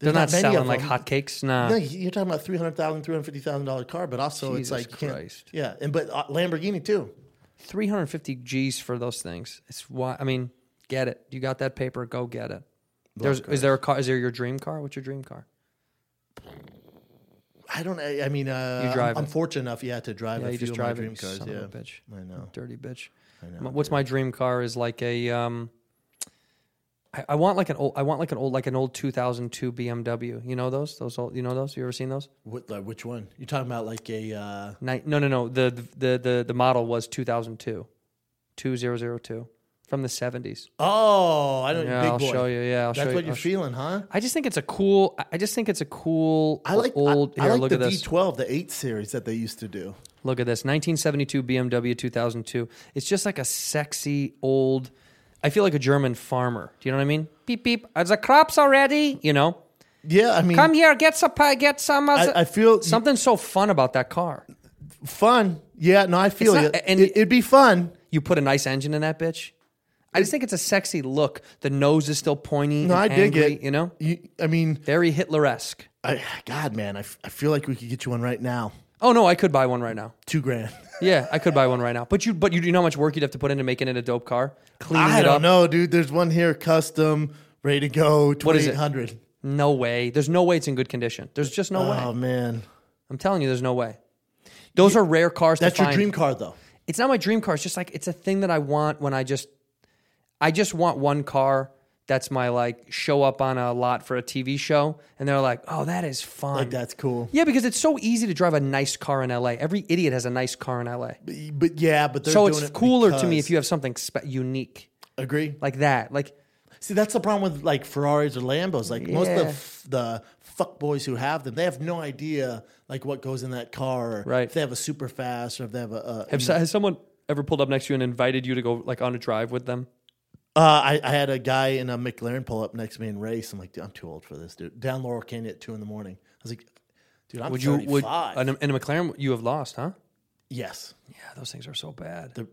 They're not,
many
selling
of
like
them.
hotcakes. Nah.
No, you're talking about three hundred thousand, three hundred fifty thousand dollar car, but also
Jesus
it's like you can't-
Christ.
yeah, and but uh, Lamborghini too.
350 G's for those things. It's why I mean, get it. You got that paper, go get it. There's is there a car is there your dream car? What's your dream car?
I don't. I, I mean, uh,
You drive
I'm, I'm
it.
fortunate enough. Yeah, to drive
Yeah,
a
you
few
just
of my
drive it,
dream
you
cars.
son
yeah,
of a bitch.
I know.
Dirty bitch. M- What's my dream car is like a um I, I want like an old I want like an old like an old 2002 BMW. You know those? Those old you know those? You ever seen those?
What, like, which one? You're talking about like a uh,
Ni- No, no, no. The the the the model was 2002. 2002 from the 70s.
oh, I don't.
Yeah,
big
I'll
boy.
show you. Yeah, I'll
that's
show you.
what you're
I'll sh-
feeling, huh?
I just think it's a cool. I just think it's a cool
I like
old.
I, I
here,
like
look
the
at this.
V12, the eight series that they used to do.
Look at this. 1972 BMW 2002. It's just like a sexy old. I feel like a German farmer. Do you know what I mean? Beep beep. Are the crops already? You know.
Yeah, I mean,
Come here, get some, pi- get some. uh,
I- I feel-
something so fun about that car.
fun. Yeah, no, I feel
It's
you.
not- and-
it, it'd be fun.
You put a nice engine in that bitch. I just think it's a sexy look. The nose is still pointy.
No, I
and
dig
angry,
it.
You know,
you, I mean,
very Hitler esque.
I, God, man, I, f- I feel like we could get you one right now.
Oh no, I could buy one right now.
Two grand.
Yeah, I could buy one right now. But you, but you, you know how much work you'd have to put into making it a dope car, cleaning
I
it
don't
up.
know, dude. There's one here, custom, ready to go.
is it?
Twenty eight hundred.
No way. There's no way it's in good condition. There's just no
Oh
way.
man,
I'm telling you, there's no way. Those are rare cars.
that's
to
your
find.
dream car, though.
It's not my dream car. It's just like it's a thing that I want when I just. I just want one car that's my like show up on a lot for a TV show, and they're like, oh, that is fun.
Like that's cool.
Yeah, because it's so easy to drive a nice car in LA. Every idiot has a nice car in LA.
But yeah, but they're
so
doing
it's
it
cooler to me
because-
if you have something spe- unique
agree.
like that. Like
See, that's the problem with like Ferraris or Lambos. Like most of the
Yeah.
f- the fuck boys who have them, they have no idea like what goes in that car. Or
Right.
If they have a super fast or if they have a. a
Have, so- has someone ever pulled up next to you and invited you to go like on a drive with them?
uh, I, I had a guy in a McLaren pull up next to me and race. I'm like, dude, I'm too old for this, dude. Down Laurel Canyon at two in the morning. I was like, dude, I'm
Would you would
35.
in a, in a McLaren you have lost, huh?
yes,
Yeah, those things are so bad.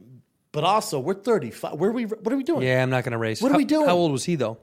but also we're 35. Where are we? What are we doing?
yeah, I'm not gonna race.
What are
How-
we doing?
How old was he though?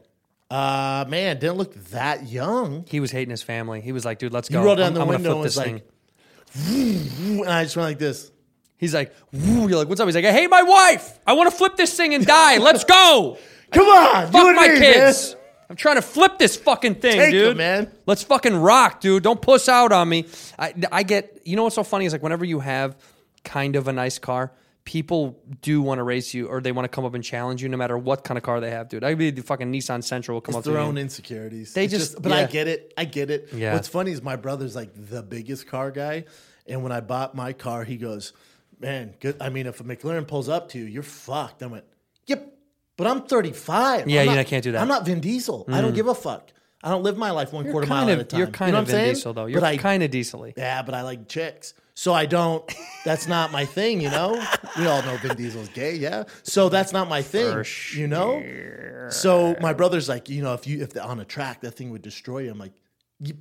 Uh, man, didn't look that young.
He was hating his family. He was like, "Dude, let's
You
go."
rolled down
I'm,
the
I'm
window
gonna
and
flip
was
this
like,
thing.
and I just went like this.
He's like, "Woo." "You're like, what's up?" He's like, "I hate my wife. I want to flip this thing and die. Let's go."
Come on, you
Fuck
and
my
me,
kids.
man.
I'm trying to flip this fucking thing,
Take 'em,
dude.
man.
Let's fucking rock, dude. Don't puss out on me. I, I get, you know what's so funny is like whenever you have kind of a nice car, people do want to race you or they want to come up and challenge you no matter what kind of car they have, dude. I could be the fucking Nissan Central will come
It's
up
their
to
own
you.
insecurities.
They
It's
just-
but I
yeah.
get it. I get it.
Yeah.
What's funny is my brother's like the biggest car guy, and when I bought my car, he goes, "Man, good. I mean, if a McLaren pulls up to you, you're fucked." I went, "Yep, but I'm 35.
Yeah,
I'm
you
not-
know, I can't do that.
I'm not Vin Diesel. I don't give a fuck. I don't live my life one quarter mile
kind
at a
of,
time.
you're kind
you know
of
what
Vin
I'm saying?
Diesel though.
But
You're
I-
kind of diesely.
Yeah, but I like chicks. So I don't, that's not my thing, you know? We all know Vin Diesel's gay, yeah? So that's not my thing, you know? So my brother's like, you know, if you, if they're on a track, that thing would destroy you. I'm like, "You-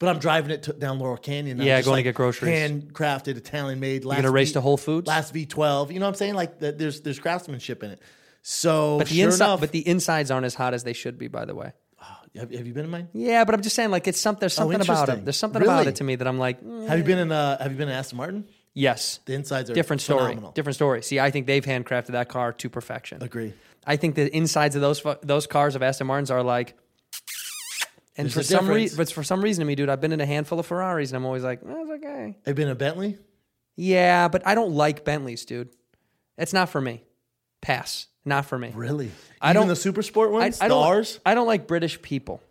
but I'm driving it to, down Laurel Canyon. I'm
Yeah,
just
going to
like
get groceries.
Handcrafted, Italian made. You're
gonna race to Whole Foods?
Last V12. You know what I'm saying? Like, that there's there's craftsmanship in it. So,
But the
sure
inside,
enough,
but the insides aren't as hot as they should be, by the way. Oh,
have, have you been in mine?
Yeah, but I'm just saying, like it's something. There's something about
interesting.
it. There's something
Really?
about it to me that I'm like, mm,
Have you been in? Uh, have you been in Aston Martin?
yes.
The insides are
different story.
phenomenal.
Different story. See, I think they've handcrafted that car to perfection.
Agree.
I think the insides of those fu- those cars of Aston Martins are like. And
There's
for
a
some reason,
difference.
but for some reason to me, dude, I've been in a handful of Ferraris, and I'm always like, that's okay.
Have you been in a Bentley?
Yeah, but I don't like Bentleys, dude. It's not for me. Pass. Not for me.
Really?
I
Even
don't-
the super sport
I,
ones,
I
the
don't.
R's.
I don't like British people.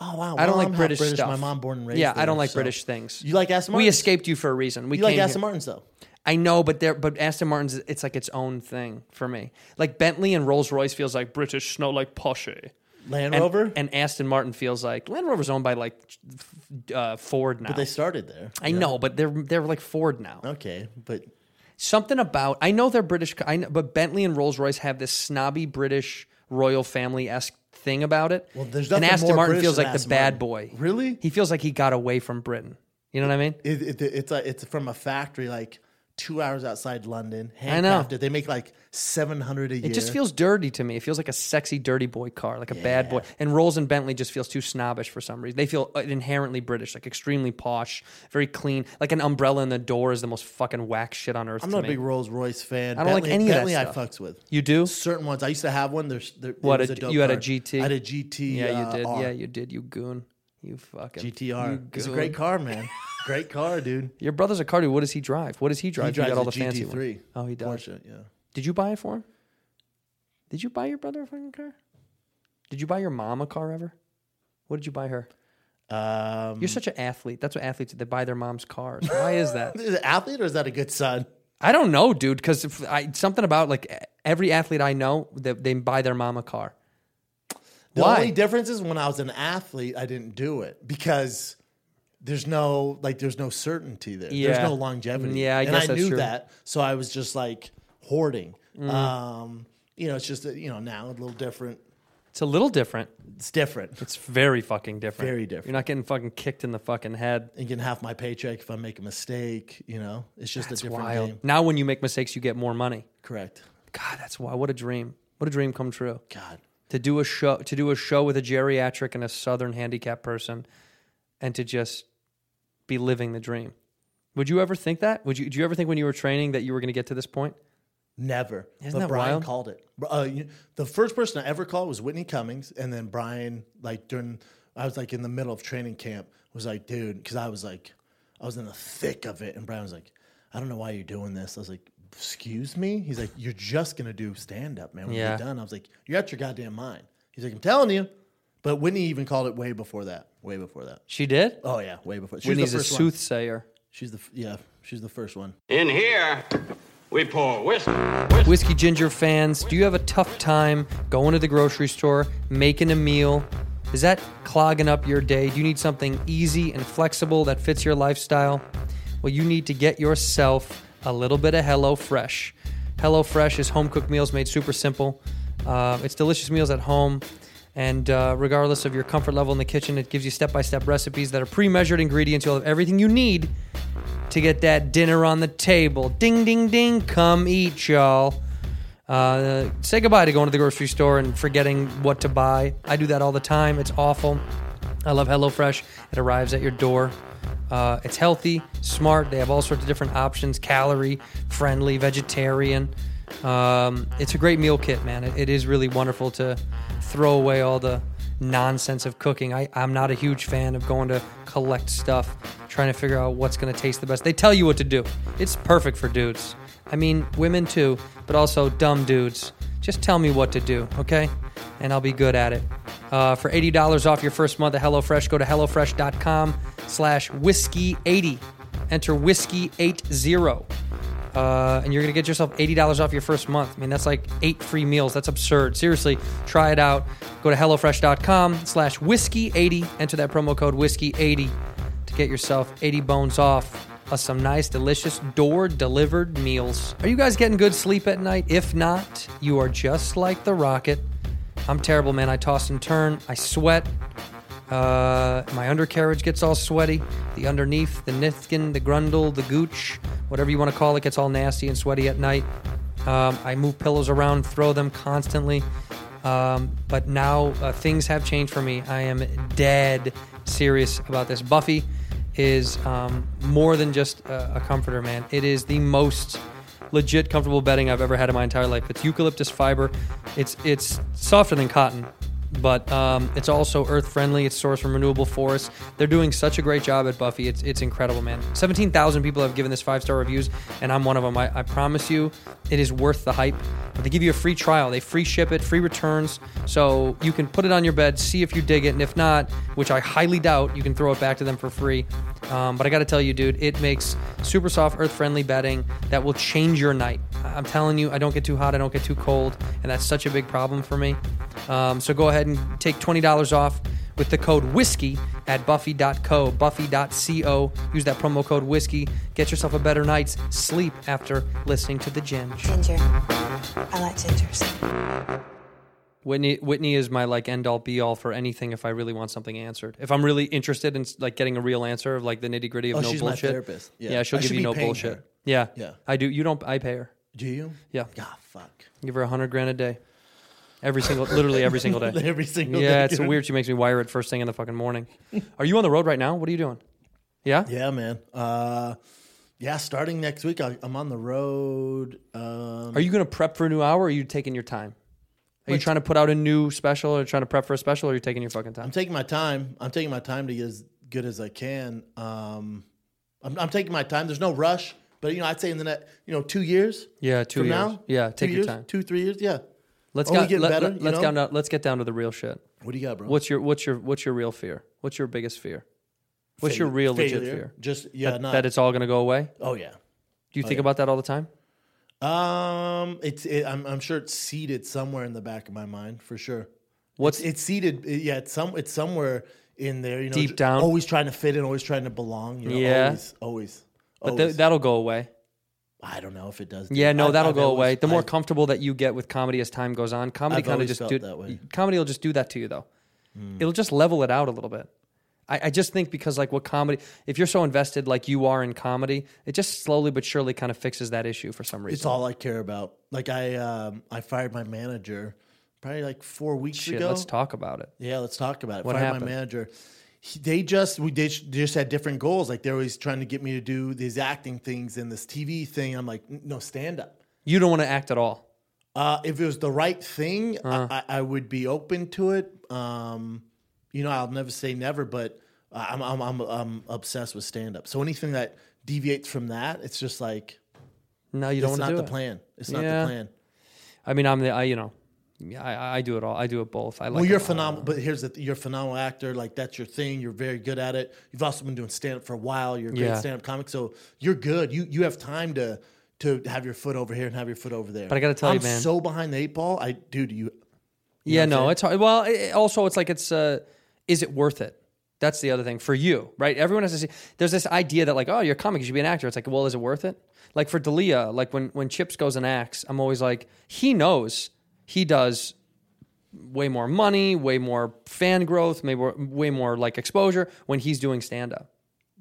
Oh wow!
I don't
Well,
like
I'm half
British, stuff.
My mom born and raised.
Yeah, I
there,
don't like
so-
British things.
You like Aston
We
Martins?
escaped you for a reason. We
You like
came
Aston
here-
Martins though?
I know, but they're but Aston Martin's it's like its own thing for me. Like Bentley and Rolls Royce feels like British, snow like Porsche.
Land
And,
Rover.
and Aston Martin feels like Land Rover's owned by like uh, Ford now.
they started there.
I know, but they're they're like Ford now.
Okay, but
Something about I know they're British. I know, but Bentley and Rolls Royce have this snobby British royal family esque thing about it. Well,
there's
and
nothing
Aston
more
Martin
British
feels
than
like
Aston
the bad
Martin.
boy.
Really?
he feels like he got away from Britain. You know what I mean?
it, it, it's a, it's from a factory like two hours outside London. Handcrafted.
I know.
They make like seven hundred a year.
It just feels dirty to me. It feels like a sexy, dirty boy car, like a bad boy. And Rolls and Bentley just feels too snobbish for some reason. They feel uh, inherently British, like extremely posh, very clean. Like an umbrella in the door is the most fucking whack shit on earth.
I'm
to
not a
me.
big Rolls Royce fan.
I don't like any of that
Bentley I
stuff.
fucks with.
You do?
certain ones. I used to have one. There's there, it
What,
was
a-
dope
you had a
car.
GT?
I had a GT.
Yeah, you
uh,
did.
R.
Yeah, you did. You goon. You fucking you
GTR. It's a
goon.
great car, man. great car, dude.
Your brother's a car dude. What does he drive? What does he drive?
He
You
drives
got
a
all the fancy
GT3.
ones. Oh, he does.
Porsche, yeah.
Did you buy it for him? Did you buy your brother a fucking car? Did you buy your mom a car ever? What did you buy her?
Um,
You're such an athlete. That's what athletes do. They buy their mom's cars. Why is that?
is it athlete or is that a good son?
I don't know, dude. Because I something about like e- every athlete I know that they, buy their mom a car.
The
Why?
only difference is when I was an athlete, I didn't do it because there's no like there's no certainty there. There's
Yeah.
no longevity.
Yeah, I
and
guess
I
that's
knew
true. Mm.
that, so I was just like hoarding. Um, you know, it's just that, you know now a little different.
It's a little different.
It's different.
It's very fucking different.
Very different.
You're not getting fucking kicked in the fucking head.
And getting half my paycheck if I make a mistake. You know, it's just a different
Wild.
game.
Now, when you make mistakes, you get more money.
Correct.
God, that's why. What a dream. What a dream come true.
God,
To do a show, to do a show with a geriatric and a southern handicapped person, and to just be living the dream. Would you ever think that? Would you? Do you ever think when you were training that you were going to get to this point?
never.
Isn't
but
that
Brian
wild?
called it. Br- Uh, you- the first person I ever called was Whitney Cummings, and then Brian, like during, I was like in the middle of training camp, was like, dude, because I was like, I was in the thick of it, and Brian was like, I don't know why you're doing this. I was like, excuse me? He's like, you're just going to do stand up, man. When
Yeah.
you're done, I was like, you're out your goddamn mind. He's like, I'm telling you. But Whitney even called it way before that. Way before that.
She did?
Oh, yeah. Way before. She was the
Whitney's a
first one.
soothsayer.
She's the, f- yeah, she's the first one.
In here, we pour whiskey,
Whiskey Ginger fans, do you have a tough time going to the grocery store, making a meal? Is that clogging up your day? Do you need something easy and flexible that fits your lifestyle? Well, you need to get yourself a little bit of HelloFresh. HelloFresh is home cooked meals made super simple. Uh, it's delicious meals at home. And uh, regardless of your comfort level in the kitchen, it gives you step by step recipes that are pre measured ingredients. You'll have everything you need to get that dinner on the table. Ding, ding, ding. Come eat, y'all. Uh, say goodbye to going to the grocery store and forgetting what to buy. I do that all the time. It's awful. I love HelloFresh. It arrives at your door. Uh, it's healthy, smart. They have all sorts of different options calorie, friendly, vegetarian. Um, it's a great meal kit, man. It, it is really wonderful to throw away all the nonsense of cooking. I, I'm not a huge fan of going to collect stuff, trying to figure out what's going to taste the best. They tell you what to do. It's perfect for dudes. I mean, women too, but also dumb dudes. Just tell me what to do, okay? And I'll be good at it. Uh, for $80 off your first month at HelloFresh, go to HelloFresh.com slash Whiskey80. Enter Whiskey80. Uh, and you're going to get yourself $80 off your first month. I mean, that's like eight free meals. That's absurd. Seriously, try it out. Go to HelloFresh.com slash Whiskey80. Enter that promo code Whiskey80 to get yourself 80 bones off of some nice, delicious, door delivered meals. Are you guys getting good sleep at night? If not, you are just like the rocket. I'm terrible, man. I toss and turn, I sweat. Uh, my undercarriage gets all sweaty. The underneath, the nithkin, the grundle, the gooch, whatever you want to call it, gets all nasty and sweaty at night. Um, I move pillows around, throw them constantly. Um, but now uh, things have changed for me. I am dead serious about this. Buffy is um, more than just a, a comforter, man. It is the most legit comfortable bedding I've ever had in my entire life. It's eucalyptus fiber. It's it's softer than cotton but um, it's also earth friendly. It's sourced from renewable forests. They're doing such a great job at Buffy. It's it's incredible, man. Seventeen thousand people have given this five star reviews, and I'm one of them. I, I promise you, it is worth the hype. But they give you a free trial. They free ship it, free returns, so you can put it on your bed, see if you dig it, and if not, which I highly doubt, you can throw it back to them for free. Um, but I got to tell you, dude, it makes super soft, earth friendly bedding that will change your night. I- I'm telling you, I don't get too hot, I don't get too cold, and that's such a big problem for me. Um, so go ahead and take $20 off with the code whiskey at buffy.co, buffy.co. Use that promo code whiskey. Get yourself a better night's sleep after listening to the Ginge.
Ginger. I like gingers.
Whitney, Whitney is my like end all be all for anything if I really want something answered. If I'm really interested in like getting a real answer of like the nitty gritty of
Oh,
no
she's my
bullshit.
therapist.
Yeah,
Yeah.
she'll
I
give
should
you
be
no
paying
bullshit.
her.
Yeah.
Yeah.
I do. You don't, I pay her.
Do you?
Yeah.
Ah, fuck.
Give her a hundred grand a day. Every single, literally every single day.
Every single
yeah,
day,
it's
dude.
weird. She makes me wire it first thing in the fucking morning. Are you on the road right now? What are you doing? Yeah.
Yeah, man. Uh, yeah, starting next week, I, I'm on the road. Um,
Are you going to prep for a new hour? or Are you taking your time? Are you trying to put out a new special or trying to prep for a special? Or are you taking your fucking time?
I'm taking my time. I'm taking my time to get as good as I can. Um, I'm, I'm taking my time. There's no rush, but you know, I'd say in the next, you know, two years.
Yeah, two
from
years.
Now,
Yeah,
Two
take your
years?
time.
Two, three years. Yeah.
let's
only
get
getting
let,
better,
let,
you
us
know?
down to, let's get down to the real shit.
What do you got, bro?
What's your what's your what's your real fear? What's your biggest fear? What's your real legit
Failure.
fear?
Just yeah,
that,
not.
that it's all going to go away.
oh yeah.
Do you think about that all the time?
Um, it's it, I'm I'm sure it's seated somewhere in the back of my mind for sure.
What's
It's seated. Yeah, it's some. It's somewhere in there. You know,
Deep
ju-
down.
Always trying to fit in. Always trying to belong. You know,
Yeah.
Always. Always.
but
always.
th- that'll go away.
I don't know if it does.
Yeah,
dude.
no,
I've-
that'll
I've
go
always-
away. The more
I've-
comfortable that you get with comedy as time goes on, comedy
I've
kind of
always
just
felt
do,
that way. Hmm.
comedy will just do that to you though. It'll just level it out a little bit. I, I just think because like what comedy, if you're so invested like you are in comedy, it just slowly but surely kind of fixes that issue for some reason.
It's all I care about. Like I, um, I fired my manager probably like four weeks
Shit,
ago.
let's talk about it.
Yeah, let's talk about it.
What
fired
happened?
my manager. He, they just we did, they just had different goals. Like they're always trying to get me to do these acting things and this TV thing. I'm like, "N- no, stand up.
You don't want to act at all.
Uh, if it was the right thing,
Uh-huh.
I, I I would be open to it. Um, you know, I'll never say never, but I'm I'm I'm, I'm obsessed with stand up. So anything that deviates from that, it's just like
No, you don't
It's
want to
not
do
the
it.
plan. It's not
Yeah.
the plan.
I mean, I'm the I, you know, yeah, I, I do it all. I do it both. I like. uh,
Well, you're
it all.
phenomenal, but here's the th- you're a phenomenal actor. Like that's your thing. You're very good at it. You've also been doing stand up for a while. You're a great
Yeah.
stand up comic, so you're good. You you have time to to have your foot over here and have your foot over there.
But I gotta tell you,
I'm
man.
so behind the eight ball. I dude, you
yeah, no, it's hard. Well, it, also, it's like it's. Uh, is it worth it? That's the other thing for you, right? Everyone has to see. There's this idea that like, oh, you're a comic, you should be an actor. It's like, well, is it worth it? Like for Dalia, like when when Chips goes and acts, I'm always like, he knows he does way more money, way more fan growth, maybe way more like exposure when he's doing stand up.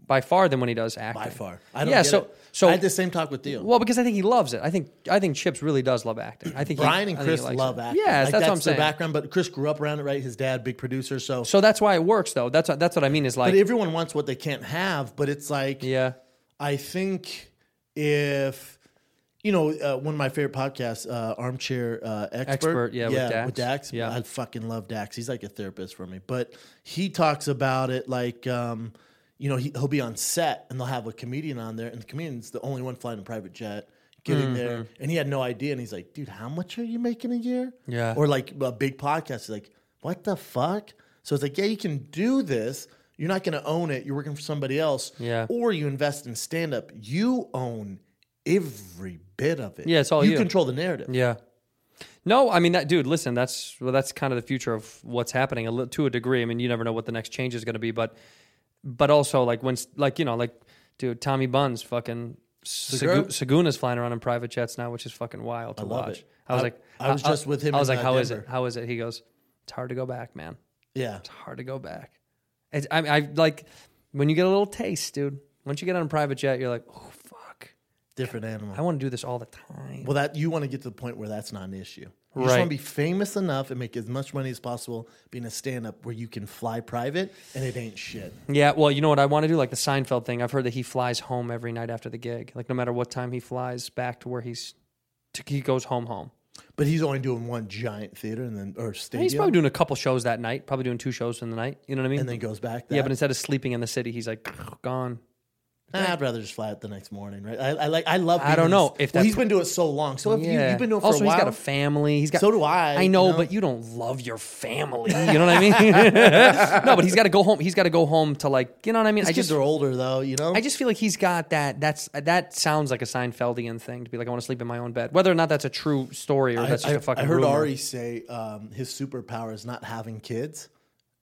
By far than when he does acting.
by far. I don't
yeah.
get
so
it.
so
I had the same talk with Theo.
Well, because I think he loves it. I think I think Chips really does love acting. I think he-
Brian and
I think he
Chris
likes
love
it.
acting.
Yeah,
Like,
that's,
that's
what I'm
their
saying.
background. But Chris grew up around it, right? His dad, big producer. So,
So that's why it works, though. That's what, that's what I mean. Is like,
but everyone wants what they can't have. But it's like,
yeah,
I think if you know, uh, one of my favorite podcasts, uh, Armchair uh, Expert,
Expert, yeah, with Dax. Yeah.
yeah, I fucking love Dax. He's like a therapist for me, but he talks about it like, um, you know, he, he'll be on set and they'll have a comedian on there, and the comedian's the only one flying a private jet. Getting
Mm-hmm.
there, and he had no idea, and he's like, "Dude, how much are you making a year?"
Yeah.
or like a big podcast. He's like, "What the fuck?" So it's like, "Yeah, you can do this. You're not going to own it. You're working for somebody else."
Yeah.
or you invest in stand up, you own every bit of it.
Yeah, it's all you.
control the narrative.
yeah. No, I mean that, dude. Listen, that's well, that's kind of the future of what's happening a, li- to a degree. I mean, you never know what the next change is going to be, but but also like when s- like you know like dude, Tommy Buns fucking Sagu- Saguna's flying around in private jets now, which is fucking wild to
love
watch.
it.
I was
I-
like,
I was just with him
I was
in,
like,
uh,
how is
Denver.
it? How is it? He goes, it's hard to go back, man.
Yeah.
It's hard to go back. It's, I, I like when you get a little taste, dude. Once you get on a private jet, you're like, oh fuck,
Different animal.
I want to do this all the time.
well, that you want to get to the point where that's not an issue. You just
Right.
want to be famous enough and make as much money as possible being a stand up where you can fly private and it ain't shit.
Yeah, well, you know what I want to do, like the Seinfeld thing. I've heard that he flies home every night after the gig. Like no matter what time he flies back to where he's, to, he goes home home.
But he's only doing one giant theater and then or stadium
He's probably doing a couple shows that night, probably doing two shows in the night. You know what I mean?
and then goes back.
yeah,
that.
but instead of sleeping in the city, he's like gone.
Nah, I'd rather just fly out the next morning, right? I, I like I love.
I don't
being
know
this-
if
well,
that-
he's been doing it so long. So if you, you've been doing it for
also,
a while,
he's got a family. He's got
So do I,
I know,
you know?
but you don't love your family. You know what I mean? no, but he's got to go home. He's got to go home to like you know what I mean.
his
I
kids
just
are older though, you know.
I just feel like he's got that. That's that sounds like a Seinfeldian thing to be like I want to sleep in my own bed, whether or not that's a true story or that's just
I,
a fucking.
I heard
rumor.
Ari say um, his superpower is not having kids,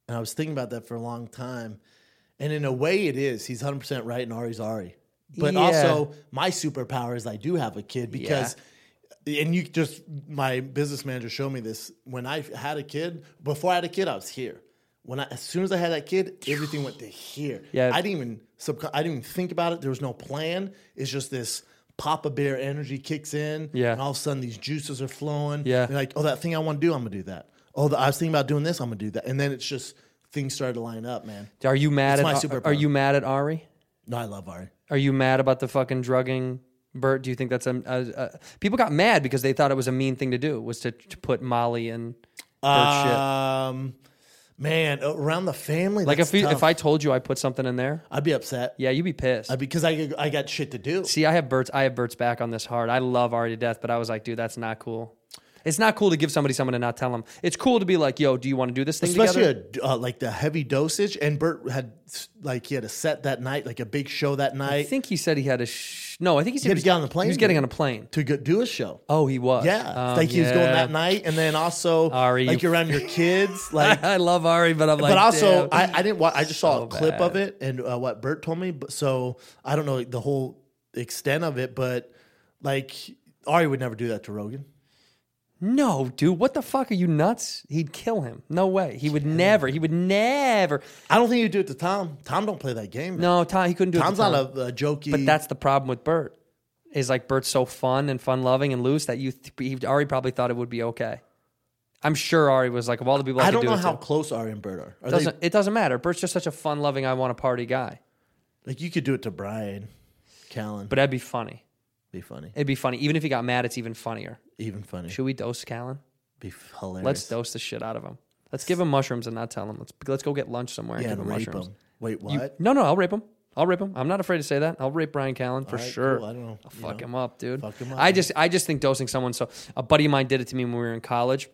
and I was thinking about that for a long time. And in a way, it is. He's hundred percent right, and Ari's Ari. But
Yeah.
also, my superpower is I do have a kid because, and you just my business manager showed me this when I had a kid. Before I had a kid, I was here. When I, as soon as I had that kid, everything went to here.
Yeah.
I didn't even sub. I didn't even think about it. There was no plan. It's just this Papa Bear energy kicks in.
Yeah.
and all of a sudden these juices are flowing.
Yeah.
You're like, oh, that thing I want to do, I'm gonna do that. Oh, the, I was thinking about doing this, I'm gonna do that. And then it's just things started to line up, man.
Are you mad
It's my
at? Are
superpower.
you mad at Ari?
No, I love Ari.
Are you mad about the fucking drugging? Bert, do you think that's a, a, a people got mad because they thought it was a mean thing to do was to, to put Molly and Bert Oh, shit.
Um, man, around the family,
Like
that's
if you,
tough.
if I told you I put something in there,
I'd be upset.
yeah, you'd be pissed.
Uh, because I I got shit to do.
See, I have Bert's I have Bert's back on this hard. I love Ari to death, but I was like, dude, that's not cool. It's not cool to give somebody someone and not tell them. It's cool to be like, yo, do you want to do this thing
Especially
together?
a, uh, like the heavy dosage, and Bert had like he had a set that night, like a big show that
I
night
think he said he had a sh- no. I think he said
had
he was-
to get on the plane,
He was getting
dude.
on a plane.
to go, do a show.
Oh, he was.
Yeah,
Oh,
like he was going
yeah.
that night, and then also
Ari,
like
you-
you're around your kids, like
I love Ari, but I'm like,
but also
damn.
I, I didn't watch. I just saw
So
a clip of
bad.
it and uh, what Bert told me. But so I don't know the whole extent of it, but like Ari would never do that to Rogan.
no, dude, what the fuck are you nuts? He'd kill him. No way. He would never. He would never.
I don't think he'd do it to Tom. Tom don't play that game. man.
No, Tom, he couldn't do
Tom's
it. to Tom.
not a, a jokey.
But that's the problem with Bert. Is like Bert's so fun and fun loving and loose that you th- he, Ari probably thought it would be okay. I'm sure Ari was like of all the people I,
I
could
don't
do
know
it to,
how close Ari and Bert are. Are they,
doesn't it doesn't matter. Bert's just such a fun loving I want to party guy.
like you could do it to Brian, Callan.
But that'd be funny.
be funny,
It'd be funny even if he got mad. It's even funnier.
even funny.
Should we dose Callan?
be hilarious.
Let's dose the shit out of him. Let's give him mushrooms and not tell him. Let's let's go get lunch somewhere.
yeah,
and give
and
him
rape
mushrooms.
him. Wait, what?
You- no, no, I'll rape him. I'll rip him. I'm not afraid to say that. I'll rip Brian Callen for
right,
sure.
cool. I don't know.
I'll
You
fuck
know,
him up, dude.
fuck him up,
I
man.
just I just think dosing someone. So a buddy of mine did it to me when we were in college.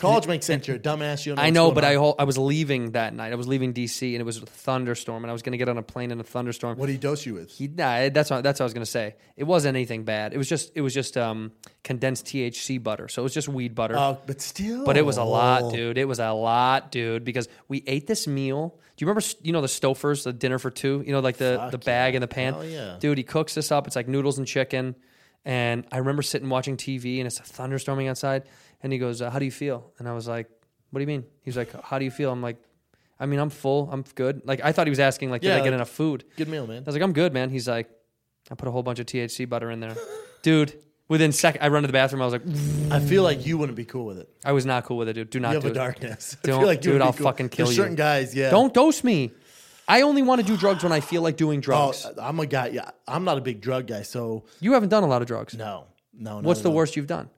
College makes sense. You're a dumbass. You don't know
I
what's
know,
going
but
on.
I ho- I was leaving that night. I was leaving DC, and it was a thunderstorm, and I was going to get on a plane in a thunderstorm.
What do you dose you with?
He, nah, that's what, that's what I was gonna say. It wasn't anything bad. It was just it was just um, condensed THC butter. So it was just weed butter.
Uh, but still.
but it was a
Oh.
lot, dude. It was a lot, dude. Because we ate this meal. Do you remember? You know the Stofers, the dinner for two. You know, like the the bag and the pan.
Hell yeah.
dude. He cooks this up. It's like noodles and chicken. And I remember sitting watching TV, and it's thunderstorming outside. And he goes, uh, "How do you feel?" And I was like, "What do you mean?" He's like, "How do you feel?" I'm like, "I mean, I'm full. I'm good." Like I thought he was asking, like, "Did
Yeah,
I get
like,
enough food?"
Good meal, man.
I was like, I'm good, man. He's like, I put a whole bunch of THC butter in there. Dude, within sec, I run to the bathroom. I was like,
I feel like you wouldn't be cool with it.
I was not cool with it, Mm. dude. Do not
You have
do
a
it.
darkness. I
Don't,
feel like you
dude,
would be
I'll
cool.
fucking kill
There's
you.
Certain guys, yeah.
Don't dose me. I only want to do drugs when I feel like doing
Oh,
drugs.
I'm a guy. Yeah, I'm not a big drug guy. So
you haven't done a lot of drugs.
no, no. not
What's
at
the
all.
worst you've done?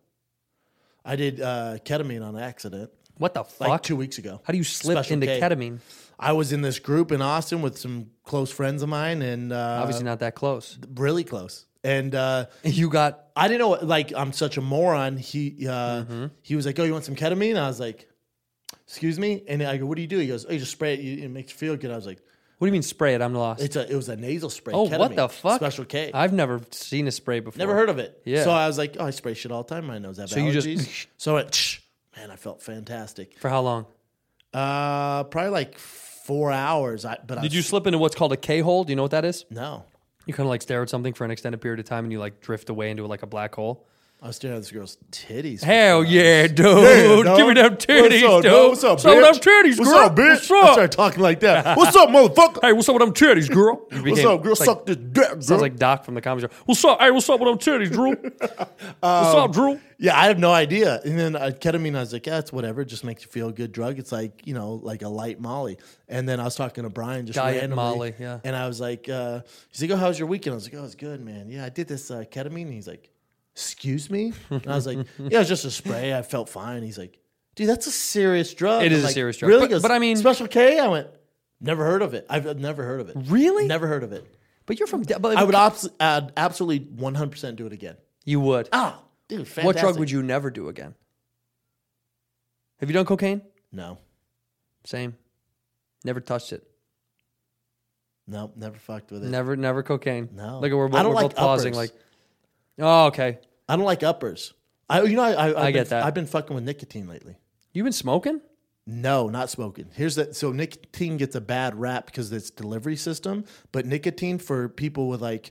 I did uh, ketamine on accident
What the fuck?
like two weeks ago.
How do you slip
Special
into
K.
ketamine?
I was in this group in Austin with some close friends of mine, and uh,
Obviously not that close.
really close. And uh,
You got
I didn't know. Like I'm such a moron. He uh,
Mm-hmm.
he was like, "Oh, you want some ketamine?" I was like, "Excuse me." And I go, "What do you do?" He goes, "Oh, you just spray it. You, it makes you feel good." I was like,
what do you mean spray it? I'm lost.
"It's a it was a nasal spray."
oh, what
ketamine,
the fuck?
Special K.
I've never seen a spray before.
Never heard of it.
Yeah.
So I was like, "Oh, I spray shit all the time. I know that." So
So you
allergies.
just-
so I went, "Shh." man, I felt fantastic.
For how long?
Uh, probably like four hours. I but I
Did
was-
you slip into what's called a K hole? Do you know what that is?
No,
You kind of like stare at something for an extended period of time and you like drift away into like a black hole.
I was staring at this girl's titties. for
Hell
four
yeah,
hours.
dude.
dog.
Give me them
What's
titties,
up,
dude.
dog? What's up,
Some of them
bitch?
titties,
What's
girl.
Up, bitch?
What's up?
I started talking like that. What's up, motherfucker?
Hey, what's up with them titties, girl? You
What's
became-
up, girl?
it's like-
Suck this dick, girl.
sounds like Doc from the comedy show. What's up? Hey, what's up with them titties, Drew? what's up, Drew?
yeah, I have no idea. And then uh, ketamine, I was like, yeah, it's whatever. It just makes you feel good drug. It's like, you know, like a light Molly. And then I was talking to Brian just
Diet
randomly.
Molly, yeah.
And I was like, uh, he's like, oh, how's your weekend? I was like, oh, it's good, man. Yeah, I did this uh, ketamine. And he's like, excuse me? And I was like, yeah, it was just a spray. I felt fine. He's like, dude, that's a serious drug.
It
I'm
is a
like,
serious drug.
Really?
But-
He goes,
but I mean-
Special K? I went, never heard of it. I've never heard of it.
Really?
Never heard of it.
But you're from. But
I would obs- I'd absolutely 100% do it again.
You would.
Oh, dude, fantastic.
Ah, What drug would you never do again? Have you done cocaine?
No.
Same. Never touched it.
No, never fucked with it.
Never, never cocaine.
No.
Look, we're, both-
I don't
we're
like
both pausing.
uppers.
Like, oh, okay.
I don't like uppers. I, you know, I, I, I've
I get
been,
that.
I've been fucking with nicotine lately.
You've been smoking?
No, not smoking. Here's that. So nicotine gets a bad rap because of its delivery system, but nicotine for people with like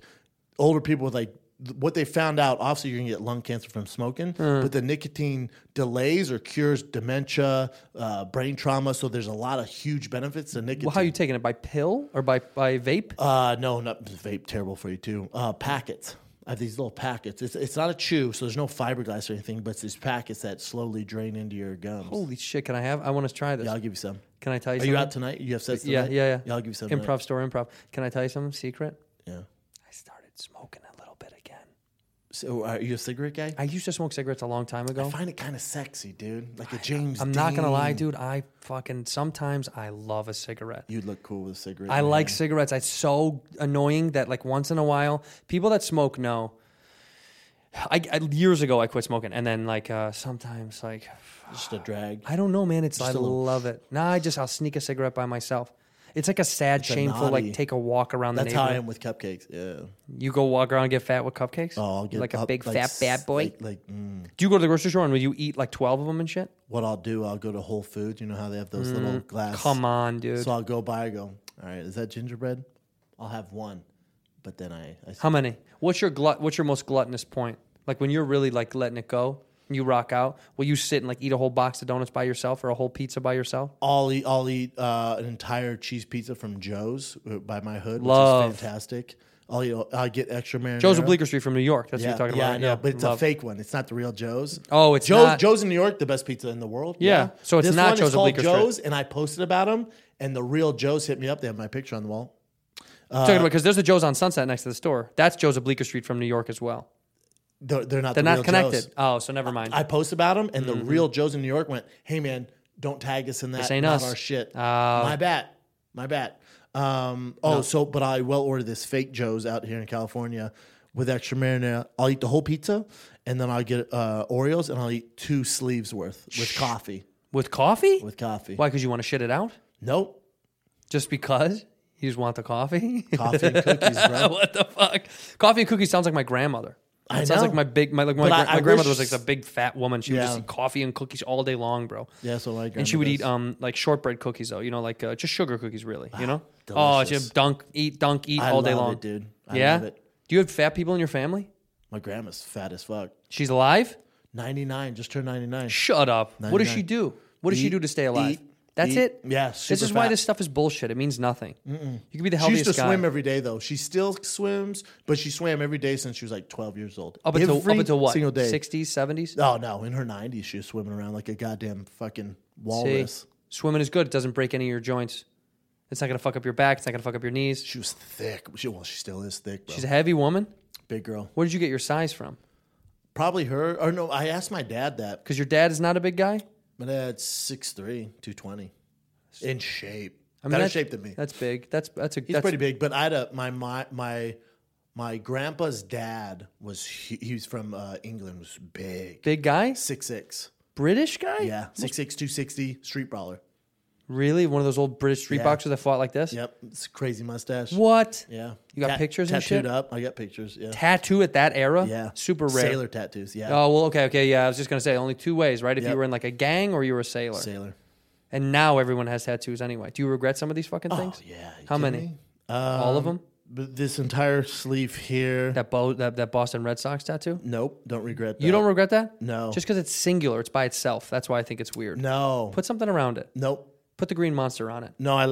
older people with like th- what they found out. Obviously, you're gonna get lung cancer from smoking,
Hmm.
but the nicotine delays or cures dementia, uh, brain trauma. So there's a lot of huge benefits to nicotine.
Well, how are you taking it? By pill or by, by vape?
Uh, no, not vape. Terrible for you too. Uh, packets. I have these little packets. It's it's not a chew, so there's no fiberglass or anything, but it's these packets that slowly drain into your gums.
Holy shit, can I have? I want to try this.
yeah, I'll give you some.
Can I tell you
Are
something?
you out tonight? You have sex
Yeah,
tonight?
yeah, yeah.
I'll give you some.
Improv
tonight.
store, improv. Can I tell you something secret?
Yeah.
I started smoking a little bit again.
So are you a cigarette guy?
I used to smoke cigarettes a long time
I
ago.
find it kind of sexy, dude. Like a James.
I'm not gonna lie,
Dean.
dude. I fucking sometimes I love a cigarette.
You'd look cool with a cigarette.
I
man.
like cigarettes. It's so annoying that like once in a while, people that smoke know. I, I years ago I quit smoking, and then like uh, sometimes like
just a drag.
I don't know, man. It's I
a little-
love it. Nah, I just I'll sneak a cigarette by myself. It's like a sad,
a
shameful like
naughty-
take a walk around
That's
the
how I
neighborhood.
am with cupcakes. Yeah.
You go walk around and get fat with cupcakes.
Oh, I'll get
like a
up-
big
like
fat
s-
bad boy.
Like, like, mm.
Do you go to the grocery store and will you eat like twelve of them and shit?
what I'll do, I'll go to Whole Foods. You know how they have those little glass.
Mm, Come on, dude.
So I'll go by. I go, all right, is that gingerbread? I'll have one, but then I, I
How many? What's your glut? What's your most gluttonous point? Like when you're really like letting it go, and you rock out. Will you sit and like eat a whole box of donuts by yourself or a whole pizza by yourself?
I'll eat, I'll eat uh, an entire cheese pizza from Joe's uh, by my hood, which
Love.
is fantastic. I'll eat, I'll get extra marinara.
Joe's of Bleecker Street from New York. That's
Yeah,
what you're talking
yeah,
about.
I know, but it's a
love.
fake one. It's not the real Joe's.
Oh, it's
Joe's.
not-
Joe's in New York, the best pizza in the world.
Yeah, so it's
This
not
one
Joe's
is
of
called
Bleecker Street.
Joe's, and I posted about them, and the real Joe's hit me up. They have my picture on the wall.
talking
uh,
about because there's a Joe's on Sunset next to the store. That's Joe's of Bleecker Street from New York as well.
They're, they're not.
They're
the
not
real
connected.
Joe's.
Oh, so never mind. Mm-hmm.
I post about them, and the real Joes in New York went, "Hey man, don't tag us in that.
ain't
not
us."
our shit.
Oh.
my bad, my bad." Um, oh, so but I well order this fake Joe's out here in California with extra marinara. I'll eat the whole pizza, and then I'll get uh, Oreos, and I'll eat two sleeves worth with coffee.
With coffee?
With coffee.
Why? Because you want to shit it out?
Nope.
Just because? You just want the coffee?
Coffee and cookies, bro.
what the fuck? Coffee and cookies sounds like my grandmother.
I
It sounds
know.
like my big my like my,
But
gra-
I- I
my grandmother
wish-
was like a big fat woman. She would
Yeah.
just eat coffee and cookies all day long, bro.
Yeah, so like,
And she would eat um like shortbread cookies though, you know, like uh, just sugar cookies, really, you know. Oh,
Ah, delicious.
just dunk, eat, dunk, eat
I
all day
love
long,
it, dude. I
yeah.
love it.
Do you have fat people in your family?
My grandma's fat as fuck.
She's alive.
Ninety nine, just turned ninety nine.
Shut up. What does she
99.
do? What does she
Eat,
do to stay alive?
eat,
That's
eat.
it.
Yeah,
This
super
is why
fat.
this stuff is bullshit. It means nothing. You could be the
She
healthiest
used to
guy.
swim every day though. She still swims, but she swam every day since she was like twelve years old.
up until
Every
up until what?
Single day.
60s, 70s.
Oh no, in her nineties she was swimming around like a goddamn fucking walrus.
See, swimming is good. It doesn't break any of your joints. It's not gonna fuck up your back. It's not gonna fuck up your knees.
She was thick. She well, she still is thick, bro.
She's a heavy woman.
big girl.
Where did you get your size from?
Probably her or no, I asked my dad that.
Because your dad is not a big guy.
My dad's 6'3", 220. In shape.
I mean,
Better
that's-
shape than me.
That's big. That's that's a
He's
that's,
pretty big, but I had a my my my my grandpa's dad was he, he was from uh, England was big.
big guy.
Six six.
British guy.
Yeah. Six six two sixty street brawler.
Really, one of those old British street
Yeah.
boxers that fought like this.
Yep. It's a crazy mustache.
What?
Yeah.
You got pictures and
tattooed
shit?
up. I got pictures. Yeah.
Tattoo at that era.
yeah.
Super rare.
Sailor tattoos. Yeah.
Oh well, okay, okay, yeah. I was just gonna say only two ways, right? If you
Yep.
were in like a gang or you were a sailor.
Sailor.
And now everyone has tattoos anyway. Do you regret some of these fucking things?
Oh, yeah. Um, You
How
kidding
many?
me?
All of them.
But this entire sleeve here.
That Bo- that, that Boston Red Sox tattoo.
nope. Don't regret that.
You don't regret that?
No.
Just because it's singular, it's by itself. That's why I think it's weird.
No.
Put something around it.
nope.
Put the green monster on it.
No, I.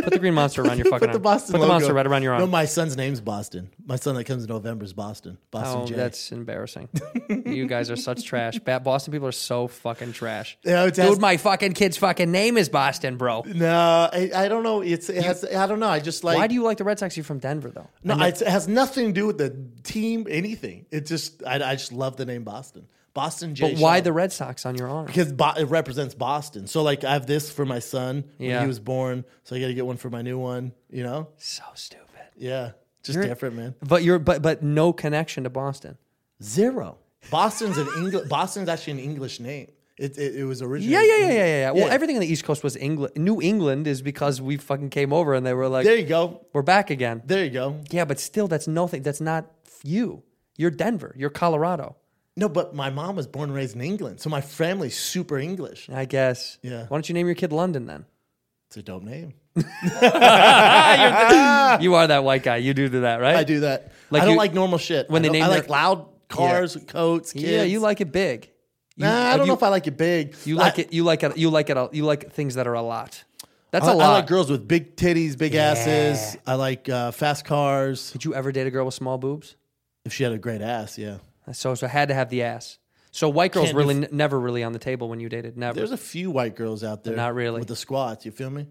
Put the green monster around your fucking
Put
arm.
the Boston.
Put the
logo.
monster right around your arm.
No, my son's name's Boston. My son that comes in November is Boston. Boston
Oh,
J.
that's embarrassing. you guys are such trash. Ba- Boston people are so fucking trash.
Yeah, it's-
Dude, my fucking kid's fucking name is Boston, bro.
no, I, I don't know. It's it has. I don't know. I just like.
Why do you like the Red Sox? You're from Denver, though.
No, it's, it has nothing to do with the team. Anything. It just. I, I just love the name Boston. Boston J.
But why
Shaw.
the Red Sox on your arm?
because Bo- it represents Boston. So like I have this for my son when
Yeah.
he was born, so I got to get one for my new one. You know,
So stupid.
yeah, just different, man.
But you're but but no connection to Boston.
Zero. Boston's an English. Boston's actually an English name. It it, it was originally.
Yeah, yeah, yeah, yeah, yeah, yeah. Well,
Yeah.
everything on the East Coast was England. New England is because we fucking came over and they were like,
There you go.
"We're back again."
There you go.
yeah, but still, that's nothing. That's not you. You're Denver. You're Colorado.
No, but my mom was born and raised in England, so my family's super English.
I guess.
Yeah.
Why don't you name your kid London then?
It's a dope name.
you are that white guy. You do do that, right?
I do that.
Like
I don't
you-
like normal shit.
when
I
they
don't-
name
I
their-
like loud cars, coats, kids.
Yeah, you like it big. You-
Nah, I
uh,
don't
you-
know if I like it big.
You
I-
like it. You like it. You like it. a- You like things that are a lot. That's
I,
a
I
lot.
like girls with big titties, big asses. I like uh, fast cars.
Did you ever date a girl with small boobs?
If she had a great ass, yeah.
So so I had to have the ass. So white girls
Can't
really
be-
n- never really on the table when you dated. Never.
There's a few white girls out there,
not really.
with the squats. You feel me?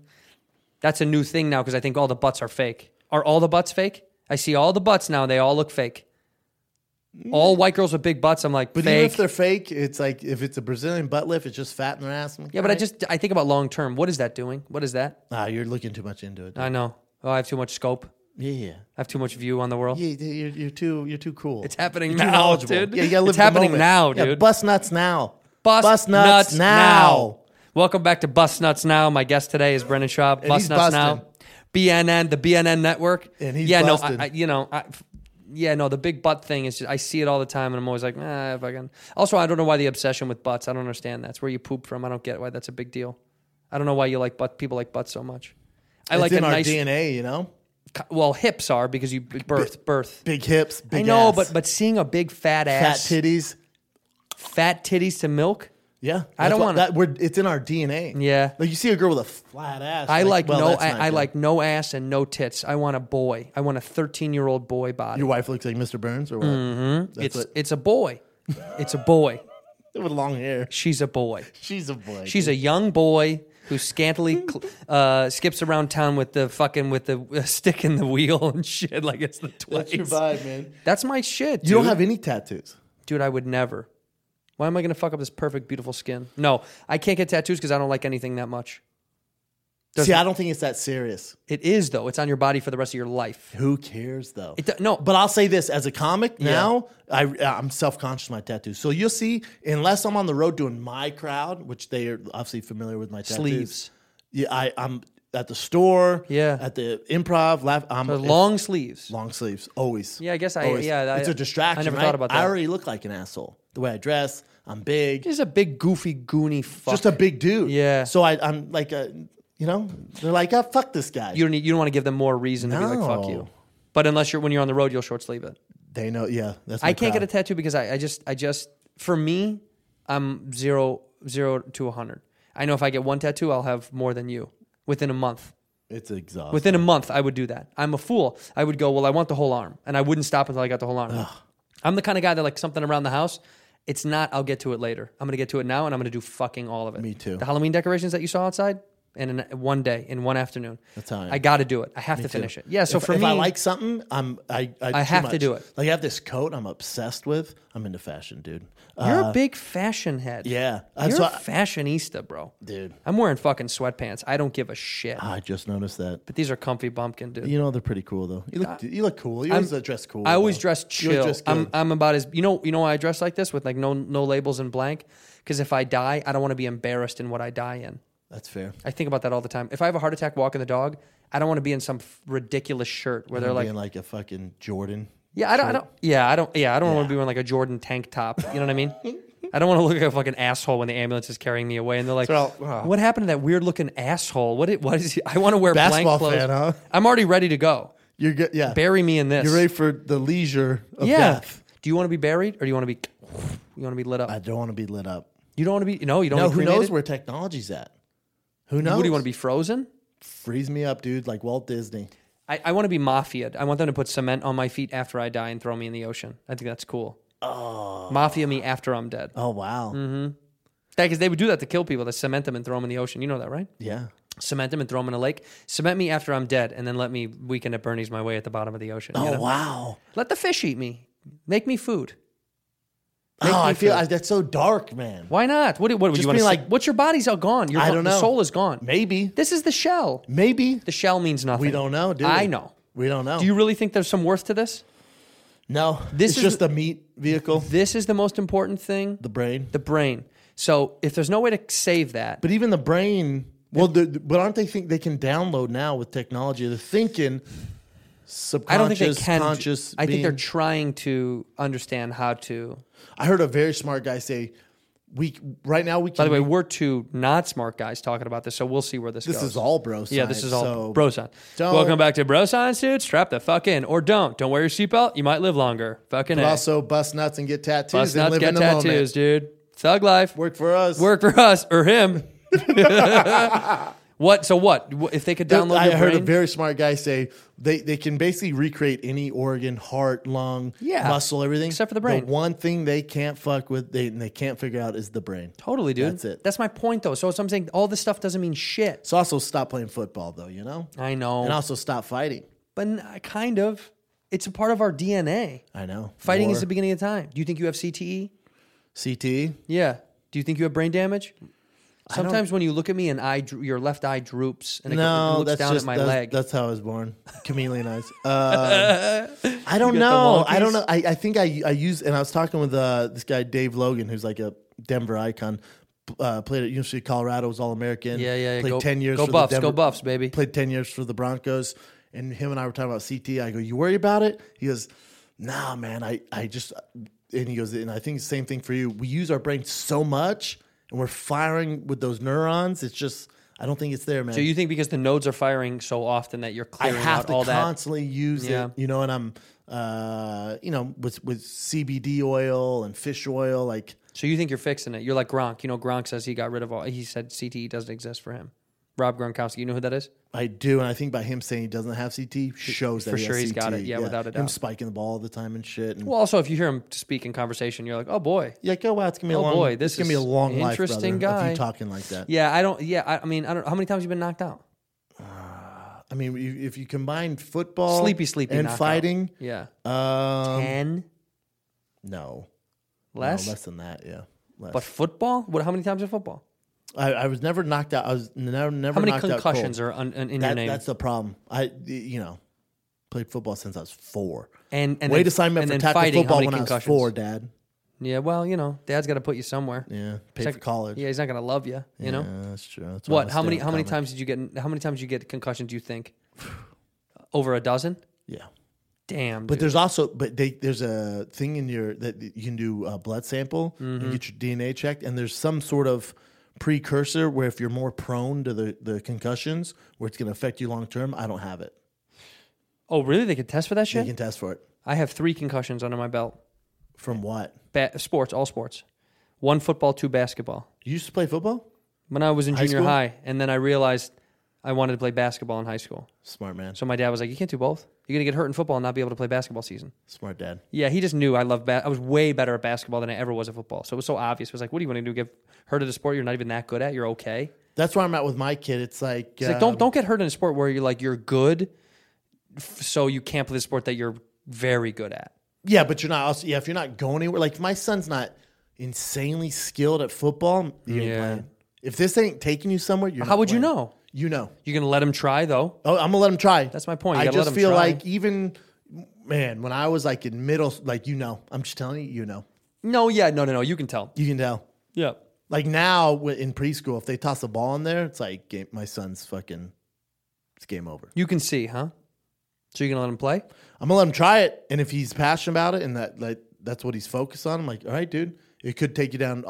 That's a new thing now because I think all the butts are fake. Are all the butts fake? I see all the butts now. They all look fake. All white girls with big butts. I'm like
Mm. But even
fake.
if they're fake, it's like if it's a Brazilian butt lift, it's just fat in their ass.
yeah, but I just I think about long term. What is that doing? What is that?
ah, you're looking too much into it.
I know. Oh, I have too much scope.
yeah, yeah,
I have too much view on the world.
yeah. You're, you're too, you're too cool.
It's happening
too
now,
knowledgeable.
dude.
Yeah, you gotta live
it's
in the
happening
moment.
now,
Yeah,
dude.
bust nuts now.
Bust,
bust nuts, now.
Welcome back to Bust Nuts Now. My guest today is Brendan Schaub. Bust
he's
Nuts
bustin'.
Now, BNN, the BNN network.
And he's
yeah, no,
bustin'.
I- I, you know, I, yeah, no, the big butt thing is just I see it all the time, and I'm always like, eh, if I can. Also, I don't know why the obsession with butts. I don't understand. That's where you poop from. I don't get why that's a big deal. I don't know why you like butt. People like butts so much. I
It's
like
in
a
our
nice.
DNA, you know.
Well, hips are because you birth birth.
Big hips, big
I know,
ass,
but but seeing a big fat
fat
ass,
titties.
fat titties to milk.
Yeah,
I don't
that's what-
wanna-
that. We're, it's in our DNA.
Yeah.
like you see a girl with a flat ass.
I
you're
like
well,
no.
that's not
I, I
good.
like no ass and no tits. I want a boy. I want a thirteen-year-old boy body.
Your wife looks like Mr. Burns or what?
it's
That's what,
it's a boy. it's a boy.
with long hair.
She's a boy.
She's a boy.
She's a young boy who scantily cl- uh, skips around town with the fucking with the uh, stick in the wheel and shit like it's the
That's your
twice.
vibe, man.
That's my shit. Dude.
You don't have any tattoos.
dude. I would never. Why am I gonna fuck up this perfect, beautiful skin? No, I can't get tattoos because I don't like anything that much.
See, I don't think it's that serious.
It is though. It's on your body for the rest of your life.
Who cares though?
It do- no,
but I'll say this as a comic now, I I'm self conscious of my tattoos. So you'll see, unless I'm on the road doing my crowd, which they are obviously familiar with my tattoos.
Sleeves.
Yeah, I, I'm at the store.
Yeah.
at the improv. Laugh. I'm
But long sleeves.
long sleeves always.
Yeah, I guess I-
Always.
yeah, I-
it's a distraction.
I never
right?
thought about that.
I already look like an asshole the way I dress. I'm big.
He's a big goofy goony fuck.
Just a big dude.
Yeah.
So I, I'm like a, you know, they're like, oh, fuck this guy.
You don't need, you don't want to give them more reason to be like fuck
No.
you. But unless you're when you're on the road, you'll short sleeve it.
they know. Yeah. That's my
I can't get a
crowd.
tattoo because I, I just I just for me I'm zero zero to a hundred. I know if I get one tattoo, I'll have more than you within a month.
It's exhausting.
Within a month, I would do that. I'm a fool. I would go, well, I want the whole arm, and I wouldn't stop until I got the whole arm. I'm the kind of guy that like something around the house. It's not. I'll get to it later. I'm gonna get to it now, and I'm gonna do fucking all of it.
Me too.
The Halloween decorations that you saw outside, and in one day, in one afternoon,
That's how I am.
I got to do it. I have to finish it. Yeah. So
if,
for
if
me,
I like something, I'm I I, too
have to
much.
do it.
Like I have this coat I'm obsessed with. I'm into fashion, dude. Uh,
you're a big fashion head.
yeah, Uh,
You're
so
a
I,
fashionista, bro.
dude.
I'm wearing fucking sweatpants. I don't give a shit.
I just noticed that. But
These are comfy bumpkin, dude.
you know they're pretty cool though. You look you look cool. You
Uh, I'm-
always uh, dress cool.
I always
though.
dress
You always
chill.
dress
I'm,
good.
I'm about as you know. You know why I dress like this with like no no labels and blank? Because if I die, I don't want to be embarrassed in what I die in.
That's fair.
I think about that all the time. If I have a heart attack walking the dog, I don't want to be in some f- ridiculous shirt where they're like,
being like a fucking Jordan.
yeah, I don't, I don't, yeah, I don't, yeah, I don't want to be wearing like a Jordan tank top. You know what I mean? I don't want to look like a fucking asshole when the ambulance is carrying me away, and they're like,
So, uh,
"What happened to that weird looking asshole? What? It, what is he? I want to wear
Basketball
blank clothes.
fan, huh?
I'm already ready to go.
You're good. Yeah.
Bury me in this.
You're ready for the leisure of
yeah.
death.
Do you want to be buried or do you want to be? You want to be lit up?
I don't want to be lit up.
you don't want to be. No, you don't.
No,
want to
who
be
knows
cremated?
where technology's at? Who knows?
What do you want to be frozen?
Freeze me up, dude, like Walt Disney.
I, I want to be mafiaed. I want them to put cement on my feet after I die and throw me in the ocean. I think that's cool. Oh. Mafia me after I'm dead.
Oh wow.
Mm-hmm. Because they would do that to kill people. They cement them and throw them in the ocean. You know that, right?
Yeah.
Cement them and throw them in a lake. Cement me after I'm dead, and then let me weekend at Bernie's my way at the bottom of the ocean. you
Oh
know?
wow.
Let the fish eat me. Make me food. Make
Oh,
me
I feel
food.
I, that's so dark, man.
Why not? What? do- What would
Just
you want to
be
like?
like-
What's your body's all gone? Your
I
bo-
don't
the
know.
soul is gone.
Maybe.
This is the shell.
Maybe.
The shell means nothing.
We don't know, dude.
I know.
We don't know.
Do you really think there's some worth to this?
No.
This
This it's
is
just
the-
the meat vehicle,
This is the most important thing.
the brain.
The brain. So if there's no way to save that,
But even the brain, well, the, but aren't they think they can download now with technology? They're thinking subconscious,
I don't think they can.
conscious.
I think
being.
they're trying to understand how to.
I heard a very smart guy say, "We right now we can."
By the way, we're two not smart guys talking about this, so we'll see where this,
this
goes.
is all bro.
Yeah, this
science,
is all
so-
bro science.
Don't-
Welcome back to bro science, dude. Strap the fuck in, or don't. Don't wear your seatbelt. You might live longer. Fucking
But
A.
also bust nuts and get tattoos
Bust
and
nuts
live in
get
the
tattoos,
moment.
dude. Thug life.
Work for us.
work for us or him. what? So what? Wh- If they could
Th-
download,
I
your
heard
brain,
a very smart guy say they, they can basically recreate any organ, heart, lung,
Yeah.
muscle, everything
Except for the brain.
The one thing they can't fuck with, they and they can't figure out is the brain.
totally, dude.
That's it.
That's my point, though. So, so I'm saying all this stuff doesn't mean shit.
It's also stop playing football, though. You know,
I know,
and also stop fighting.
but n- kind of. It's a part of our DNA.
I know.
Fighting is
War,
the beginning of time. Do you think you have CTE?
CTE.
Yeah. Do you think you have brain damage? Sometimes when you look at me and I, your left eye droops and it go- it
No,
looks
that's
down
just
at my
that's,
leg.
that's how I was born. Chameleon eyes. Um, I don't
the
know. I
wonkies?
don't know. I, I think I I use and I was talking with uh, this guy Dave Logan, who's like a Denver icon. Uh, played at University of Colorado, was All American.
yeah, yeah. yeah.
Played
go,
ten years.
Go
for
Buffs.
the Denver,
Go Buffs, baby.
Played ten years for the Broncos, and him and I were talking about CT. I go, you worry about it? He goes, Nah, man. I I just and he goes, and I think it's the same thing for you. We use our brain so much, and we're firing with those neurons. It's just I don't think it's there, man.
So you think because the nodes are firing so often that you're
I
clearing
have
out
to
all that?
constantly use
Yeah.
it, you know, and I'm, uh, you know, with with CBD oil and fish oil, like
So you think you're fixing it? You're like Gronk. You know, Gronk says he got rid of all. He said CTE doesn't exist for him. Rob Gronkowski. You know who that is?
I do, and I think by him saying he doesn't have CT shows that
for
he
sure
has
he's got
CT.
it. Yeah, without a
him
doubt.
spiking the ball all the time and shit. And
Well, also if you hear him speak in conversation, you're like, oh boy.
yeah, go wow, it's gonna be a
Oh,
long,
boy,
this
this
it's gonna be
is
a long life,
interesting
brother, If
guy.
you talking like that,
Yeah, I don't. Yeah, I, I mean, I don't. How many times you been knocked out?
I mean, you- if you combine football,
Sleepy, sleepy,
Oh, and
knockout.
fighting,
Yeah,
um,
ten
no,
less.
no, less than that, yeah, less.
But football? What? How many times in football?
I, I was never knocked out. I was never never
How many
knocked out
concussions
cold.
are un, un, in
That-
your name?
That's the problem. I you know played football since I was four.
and and
Wait
then-
assignment
and
for
then
tackle
fighting, how
football
many
when I was
concussions?
four, Dad.
Yeah, well, you know, dad's got to put you somewhere.
Yeah,
He's
paid for
not-
college.
Yeah, he's not gonna love you. You know
Yeah, that's true. That's why I'm
what?
a
How many?
stand-up
How many
comic.
times did you get? How many times did you get concussions? You think over a dozen?
Yeah,
Damn.
but
dude.
there's also but they, there's a thing in your that you can do a blood sample
Mm-hmm.
and get your DNA checked, and there's some sort of precursor where if you're more prone to the the concussions where it's going to affect you long term. I don't have it.
oh, really? They could test for that
You
shit.
can test for it
I have three concussions under my belt.
from what
Ba- sports, all sports. One football, two basketball.
you used to play football.
When I was in junior
school?
high, and then I realized I wanted to play basketball in high school.
Smart man,
So my dad was like, "You can't do both. You're gonna get hurt in football and not be able to play basketball season."
smart dad.
Yeah, he just knew I loved. Ba- I was way better at basketball than I ever was at football. So it was so obvious. It was like, "What do you want to do? Get hurt at a sport you're not even that good at? You're okay."
That's where I'm at with my kid. It's like, uh,
It's like don't don't get hurt in a sport where you're like you're good, f- so you can't play the sport that you're very good at.
Yeah, but you're not also yeah, if you're not going anywhere, like my son's not insanely skilled at football, you ain't
Yeah.
playing. If this ain't taking you somewhere, you're
How
not
would you
playing.
know?
You know.
You're gonna let him try though.
Oh, I'm gonna let him try.
That's my point. You
I
gotta let
just
him
feel
try.
like even man, when I was like in middle like you know, I'm just telling you, you know.
No, yeah, no, no, no. You can tell.
You can tell.
Yeah,
Like now wi- in preschool, if they toss a ball in there, it's like game, my son's fucking it's game over.
you can see, huh? So you're gonna let him play?
I'm gonna let him try it, and if he's passionate about it, and that like that's what he's focused on, I'm like, all right, dude, it could take you down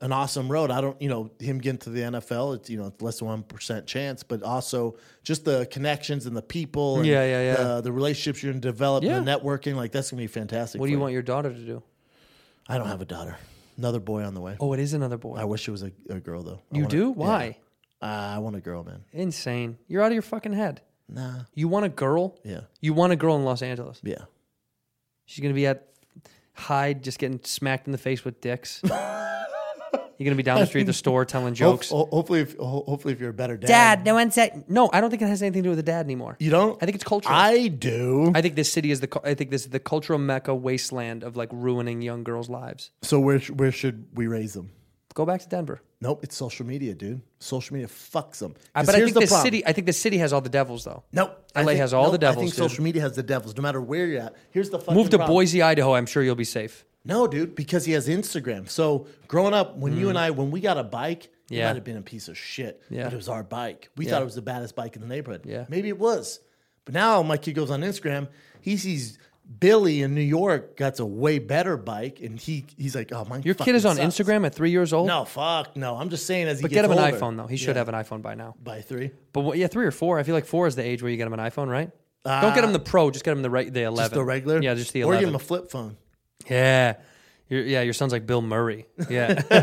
an awesome road. I don't, you know, him getting to the NFL, it's you know, it's less than one percent chance, but also just the connections and the people, and
Yeah, yeah, yeah.
The, the relationships you're gonna develop, and the
Yeah.
networking, like that's gonna be fantastic.
What do
for
you want your daughter to do?
I don't have a daughter. Another boy on the way.
Oh, it is another boy.
I wish it was a, a girl though. I
you
want a-
do?
yeah.
Why?
Uh, I want a girl, man.
Insane. You're out of your fucking head.
Nah.
You want a girl?
Yeah.
You want a girl in Los Angeles?
Yeah.
She's gonna be at Hyde, just getting smacked in the face with dicks. you're gonna be down the street at the store
Oh,
telling jokes.
Ho- ho- hopefully, if, ho- hopefully, if you're a better dad,
Dad, no one said. No, I don't think it has anything to do with the dad anymore.
you don't.
I think it's cultural. I,
I do.
think this city is the. cul- I think this is the cultural mecca wasteland of like ruining young girls' lives.
So where sh- where should we raise them?
Go back to Denver.
Nope, it's social media, dude. Social media fucks them.
I, but I think the city. I think the city has all the devils though.
Nope. I
LA
think-
has all the
I
devils,
think
dude.
social media has the devils. No matter where you're at, here's the fucking
Move to
problem.
Boise, Idaho. I'm sure you'll be safe.
No, dude, because he has Instagram. So growing up, when you and I, when we got a bike, it
Mm. Yeah.
might have been a piece of shit.
Yeah.
But it was our bike. We thought it was the baddest bike in the neighborhood.
Yeah.
Maybe it was. But now my kid goes on Instagram, he sees Billy in New York got a way better bike, and he he's like, oh my.
Your kid is on Instagram at three years old.
No, fuck, no. I'm just saying as he
but
gets
get him an
older.
iPhone though. He should have an iPhone by now.
by three.
But what, yeah, three or four. I feel like four is the age where you get him an iPhone, right? Don't get him the Pro. Just get him the right, the eleven.
Uh, Just the regular?
Yeah, just the
Or
eleven.
give him a flip phone.
Yeah. Your, yeah, your son's like Bill Murray. Yeah.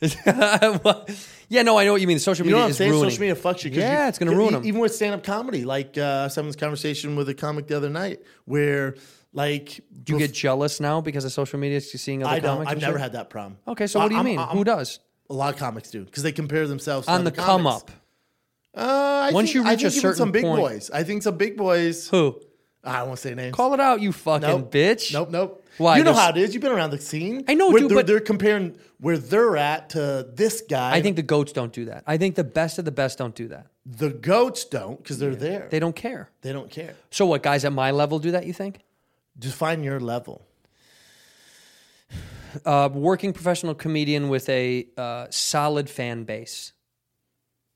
yeah, no, I know what you mean. Social
You know
media
what I'm
is
saying?
ruining.
Social media fucks you. 'cause
Yeah,
you- e-
it's gonna ruin 'em.
Even with stand up comedy, like uh, I was having this conversation with a comic the other night where, like,
Do you get jealous now because of social media? You're seeing other
I don't.
comics
I've
and
never
shit?
had that problem.
Okay, so what do you
I'm-
mean?
I'm-
Who does?
A lot of comics do because they compare themselves to
On the
other
come
comics.
up.
Uh, I
Once
think,
you
I
reach a
think even
certain
some big
point-
boys. I think some big boys. Ah,
Who?
I won't say names.
Call it out, you fucking
Nope.
bitch.
Nope, nope.
Why?
You know
There's-
how it is. You've been around the scene.
I know,
Where
dude,
They're,
but-
they're comparing where they're at to this guy.
I think the goats don't do that. I think the best of the best don't do that.
the goats don't because they're there.
They don't care.
They don't care.
So what? Guys at my level do that? You think?
Just find your level.
a working professional comedian with a uh, solid fan base.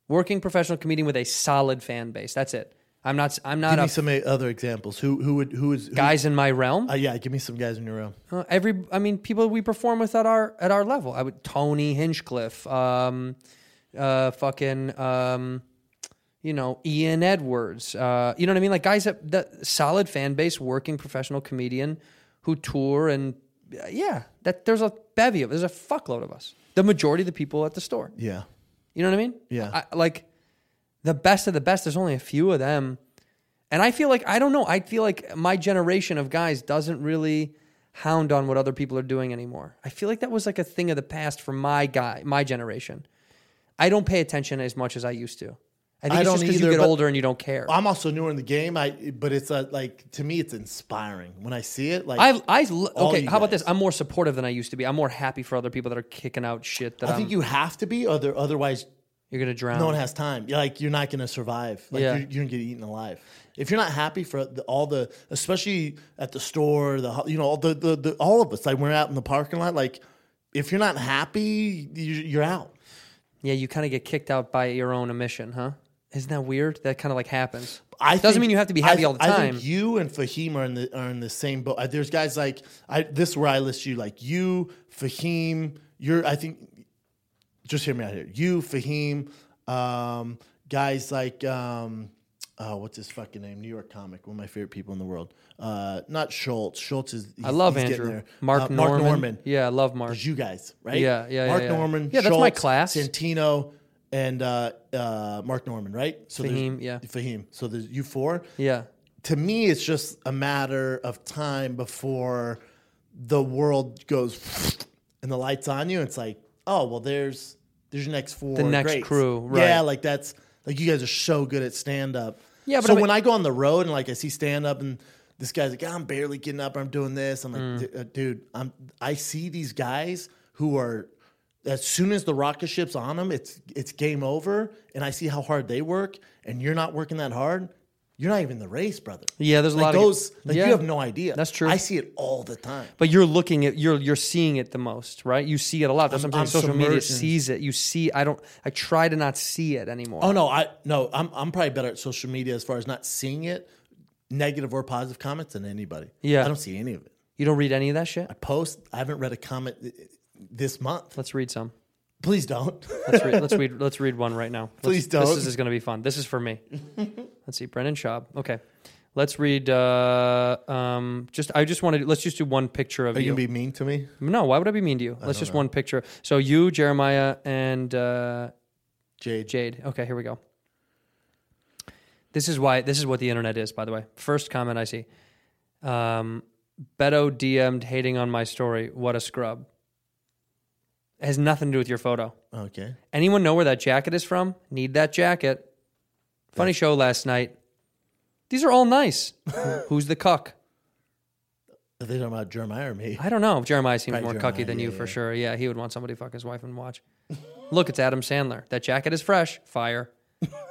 Working professional comedian with a solid fan base. That's it. I'm not. I'm not
Give
a
me some uh, other examples. Who who would who is who,
guys in my realm.
Uh, yeah, give me some guys in your room.
Uh, every. I mean, people we perform with at our at our level. I would Tony Hinchcliffe, um, uh, fucking, um, you know Ian Edwards. Uh, you know what I mean? Like guys that the solid fan base, working professional comedian who tour and uh, yeah, that there's a bevy of there's a fuckload of us. The majority of the people at the store.
Yeah,
You know what I mean?
Yeah.
I, like the best of the best. There's only a few of them, and I feel like I don't know. I feel like my generation of guys doesn't really hound on what other people are doing anymore. I feel like that was like a thing of the past for my guy, my generation. I don't pay attention as much as I used to. I
I
think it's just
don't
because you
either,
get
but-
older and you don't care.
I'm also newer in the game. I but it's uh, like to me, it's inspiring when I see it. Like
I, I l-
all
okay.
you
How about this?
guys.
I'm more supportive than I used to be. I'm more happy for other people that are kicking out shit that
I
I
think
am
you have to be, other otherwise
you're gonna drown.
no one has time. You're like you're not going to survive. Like
Yeah.
you're, you're going to get eaten alive. If you're not happy for the, all the, especially at the store, the ho- you know all the, the the all of us like we're out in the parking lot. Like if you're not happy, you, you're out.
yeah, you kind of get kicked out by your own emission, huh? Isn't that weird? That kind of like happens.
I
Doesn't
think-
mean you have to be
I
happy
th-
all the
I
time.
think you and Fahim are in the are in the same boat. Uh, There's guys like I this is where I list you like you Fahim. You're I think just hear me out here. You Fahim, um, guys like um, oh, what's his fucking name? New York comic, one of my favorite people in the world. Uh, not Schultz. Schultz is
I love
he's getting
Andrew.
there.
Mark,
Uh,
Norman.
Mark Norman.
Yeah, I love Mark.
It's you guys, right?
Yeah, yeah, yeah,
Mark
yeah.
Norman.
Yeah, that's my
Schultz,
class.
Santino and uh, uh, Mark Norman, right? So there's-
Fahim, yeah.
Fahim. So there's you four.
Yeah.
To me, it's just a matter of time before the world goes and the lights on you. It's like, oh well, there's there's your next four.
next
greats.
crew, right.
Yeah, like that's like you guys are so good at stand up.
Yeah, but
so
I mean-
when I go on the road and like I see stand up and this guy's like, I'm barely getting up. I'm doing this. I'm like,
Mm.
"D- uh, dude, I'm. I see these guys who are as soon as the rocket ship's on them, it's it's game over. And I see how hard they work, and you're not working that hard. You're not even in the race, brother.
Yeah, there's a
like
lot of-
those. like
yeah.
you have no idea.
That's true.
I see it all the time.
But you're looking at you're you're seeing it the most, right? You see it a lot. That's
I'm-
what I'm saying.
I'm
Social media
submerged in-
sees it. You see. I don't. I try to not see it anymore.
Oh no, I no, I'm I'm probably better at social media as far as not seeing it, negative or positive comments than anybody.
Yeah.
I don't see any of it.
You don't read any of that shit.
Post, I haven't read a comment i- i- this month.
Let's read some.
Please don't.
Let's read. let's read. Let's read one right now. Let's-
Please
This
don't.
is, going to be fun. This is for me. let's see, Brendan Schaub. Okay, let's read. Uh, um, just I just wanted. Let's just do one picture of
Are you
you.
gonna be mean to me?
no, why would I be mean to you? Let's just one picture. So you, Jeremiah, and uh,
Jade.
Jade. Okay, here we go. This is why. This is what the internet is, by the way. First comment I see. Um, Beto DM'd hating on my story. What a scrub. It has nothing to do with your photo.
Okay.
Anyone know where that jacket is from? Need that jacket. Funny show last night. These are all nice. Who- Who's the cuck?
Are they talking about Jeremiah or me?
I don't know. Jeremiah seems
Probably
more
Jeremiah,
cucky than
yeah,
you for
yeah.
sure. Yeah, he would want somebody to fuck his wife and watch. Look, it's Adam Sandler. That jacket is fresh. Fire.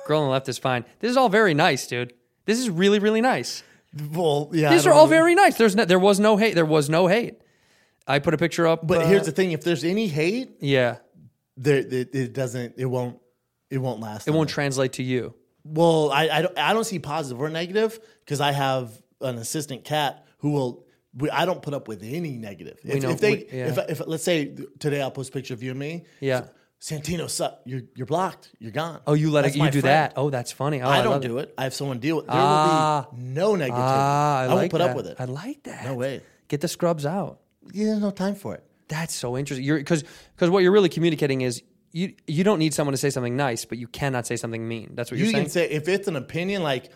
Girl on the left is fine. This is all very nice, dude. This is really, really nice.
Well, yeah. I
These are
don't
all
know.
very nice. There's no, there was no hate. There was no hate. I put a picture up.
But
uh,
here's the thing: if there's any hate,
yeah,
there it, it doesn't. It won't. It won't last.
it
long.
won't translate to you.
Well, I, I, don't, I don't see positive or negative because I have an assistant cat who will. We, I don't put up with any negative. If,
know-
if they,
we- yeah.
if, if let's say today I'll post a picture of you and me.
Yeah.
Santino, suck. You're you're blocked. You're gone.
Oh, you let
That's
it, you
my
do
friend.
that. Oh, that's funny. Oh,
I
love
don't
it.
do it. I have someone deal with. There
Ah.
will be no negativity.
Ah, I,
won't
like
put
that.
up with it.
I like that.
No way.
Get the scrubs out.
Yeah, there's no time for it.
That's so interesting. You're because because what you're really communicating is you you don't need someone to say something nice, but you cannot say something mean. That's what
you
you're saying.
can say if it's an opinion like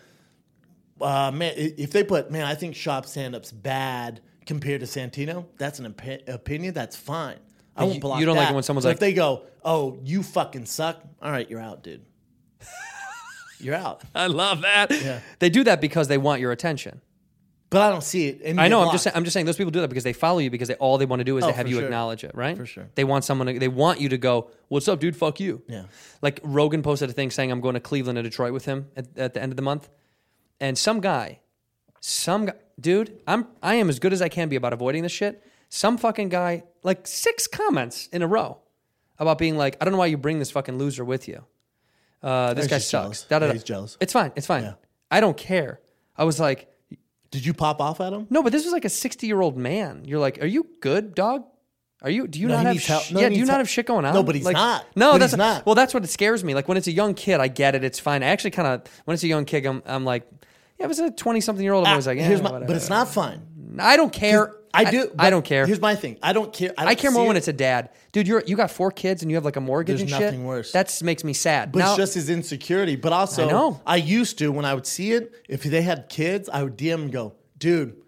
uh, man i- if they put man i think shop stand-up's bad compared to santino that's an opi- opinion that's fine i won't
you-
block
you don't like it
that.
when someone's
But
like-
if they go oh you fucking suck all right you're out dude you're out
I love that. They do that because they want your attention.
but i don't see it and
I
you
know.
get
I'm just saying,
blocked.
I'm just saying those people do that because they follow you because they all they want to do is
Oh,
to have
for
you
sure.
acknowledge it, right?
For sure.
They want someone. To, they want you to go. What's up, dude? Fuck you.
Yeah.
Like Rogan posted a thing saying I'm going to Cleveland and Detroit with him at, at the end of the month, and some guy, some guy, dude, I'm I am as good as I can be about avoiding this shit. Some fucking guy, like six comments in a row about being like, I don't know why you bring this fucking loser with you. Uh, this
He's
guy
just
sucks.
jealous.
Da, da,
Yeah,
da.
he's jealous.
It's fine. It's fine.
Yeah.
I don't care. I was like,
did you pop off at him
no, but this was like a 60 year old man. You're like, are you good, dog? Are you? Do you
No,
not
he
have?
needs help.
sh-
No, he
yeah, do you
needs
not
help.
have shit going on?
No, but he's
Like-
not.
No,
But
that's
he's
not.
not.
Well, that's what it scares me. Like when it's a young kid, I get it. It's fine. I actually kind of when it's a young kid, I'm, I'm like, yeah, if it's a 20 something year old, I'm always like,
Ah,
yeah,
here's my-
whatever.
but it's not fine
I don't care.
I do.
I,
but
don't care.
Here's my thing. I don't care. I,
I
don't
care
see
more when
it,
it's a dad, dude. You're you got four kids and you have like a mortgage
There's
and shit.
nothing worse.
That makes me sad.
But
Now-
it's just his insecurity. But also,
I know.
I used to when I would see it. If they had kids, I would DM and go, "Dude,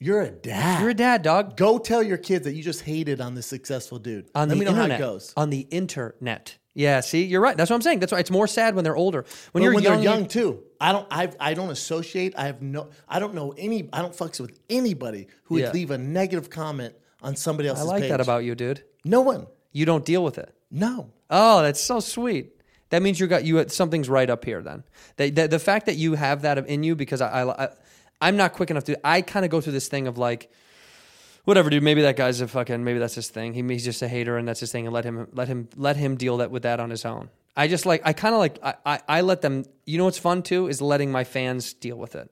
you're a dad.
you're a dad, dog.
Go tell your kids that you just hated on this successful dude.
on
Let
the
me know
internet.
how it goes.
On the internet. Yeah, see, you're right. That's what I'm saying. That's why it's more sad when they're older. When
But
you're
when
young,
they're
you-
young too. I don't. I've, I don't associate. I have no. I don't know any. I don't fucks with anybody who would
Yeah.
leave a negative comment on somebody
I
else's.
like
page.
that about you, dude.
no one.
You don't deal with it.
No.
Oh, that's so sweet. That means you got you something's right up here. Then the, the, the fact that you have that in you because I, I, I am not quick enough to. I kind of go through this thing of like, whatever, dude. Maybe that guy's a fucking. Maybe that's his thing. He, he's just a hater, and that's his thing. And let him let him let him deal that with that on his own. I just like I kind of like I, I I let them. You know what's fun too is letting my fans deal with it.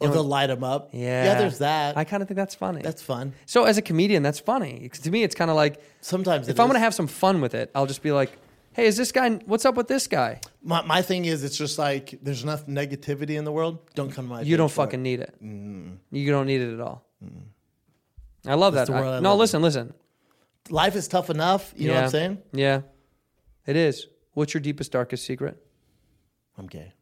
Or they'll light them up.
Yeah,
Yeah. There's that.
I kind of think that's funny.
That's fun.
So as a comedian, that's funny. 'Cause To me, it's kind of like
Sometimes
if
it
I'm gonna
is.
have some fun with it, I'll just be like, "Hey, is this guy? What's up with this guy?
My, my thing is, it's just like there's enough negativity in the world. Don't come to my.
You don't
page for it.
fucking need it. You don't need it at all." I love
Mm-hmm. That's
that.
the
I-
world I
no,
live in.
listen, listen.
Life is tough enough. You know what I'm saying?
Yeah, it is. What's your deepest, darkest secret?
I'm gay.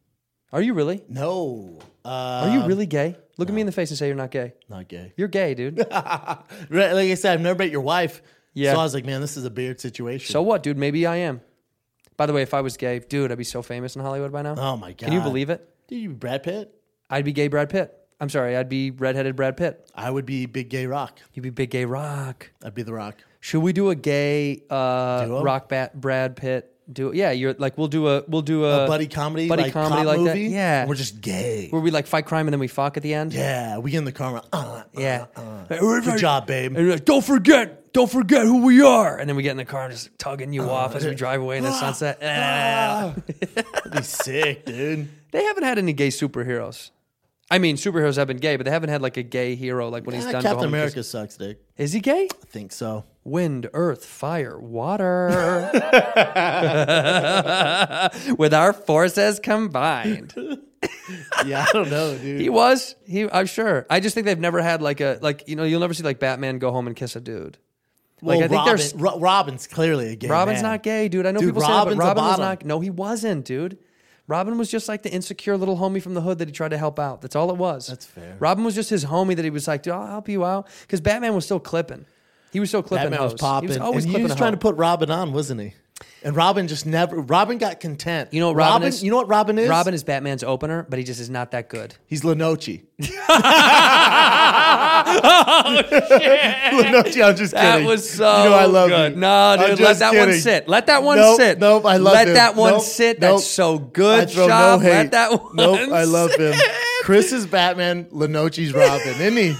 Are you really?
No. Uh,
Are you really gay? Look at me in the face and say you're not gay.
not gay.
You're gay, dude.
Right, like I said, I've never met your wife.
Yeah.
So I was like, man, this is a weird situation.
so what, dude? Maybe I am. By the way, if I was gay, dude, I'd be so famous in Hollywood by now.
Oh my god.
Can you believe it?
Dude, you Brad Pitt?
I'd be gay Brad Pitt. I'm sorry, I'd be redheaded Brad Pitt.
I would be big gay rock.
You'd be big gay rock.
I'd be the rock.
Should we do a gay uh,
Duo?
rock bat Brad Pitt? Do yeah, you're like we'll do a we'll do a,
A buddy comedy,
Uh, buddy
like
comedy
cop
like
movie.
that. Yeah,
and we're just gay.
where we like fight crime and then we fuck at the end.
yeah, we get in the car. we're like, Uh,
yeah.
uh, uh. Good job, babe.
And you're like, don't forget, don't forget who we are. And then we get in the car and just tugging you off as we drive away in the sunset.
Uh-huh. Ah. That'd be sick, dude.
They haven't had any gay superheroes. I mean, superheroes have been gay, but they haven't had like a gay hero like when he's
Ah,
done.
Captain
Go Home and
America sucks, dick.
Kiss- Is he gay?
I think so.
wind, earth, fire, water. With our forces combined.
Yeah, I don't know, dude.
He was. He I'm sure. I just think they've never had like a like you know, you'll never see like Batman go home and kiss a dude.
Well,
like, I think
Robin,
there's-
Ro- Robin's clearly a gay.
Robin's
man.
not gay, dude. I know
Dude,
people say that, but
Robin's a
Robin was
bottom.
not No, he wasn't, dude. Robin was just like the insecure little homie from the hood that he tried to help out. That's all it was. That's
fair.
Robin was just his homie that he was like, dude, I'll help you out. Because Batman was still clipping. He was still clipping
Batman was
hoes.
popping.
He was always
and he
clipping
was
a
trying
hoe.
to put Robin on, wasn't he? And Robin just never. Robin got content.
You know what Robin, is?
You know what Robin is?
Robin is Batman's opener, but he just is not that good.
He's Lenoci. oh shit! Lenoci, I'm just kidding.
Oh, That was so
You know I love
good.
you.
No, dude,
I'm
let
just
that one
kidding.
sit. Let that one
Nope,
sit.
Nope, I love
Let
him.
that one
Nope,
sit.
nope.
That's so good,
I throw
Shop.
No hate.
Let that one
Nope, I love him.
sit.
Chris is Batman. Lenoci's Robin, isn't he?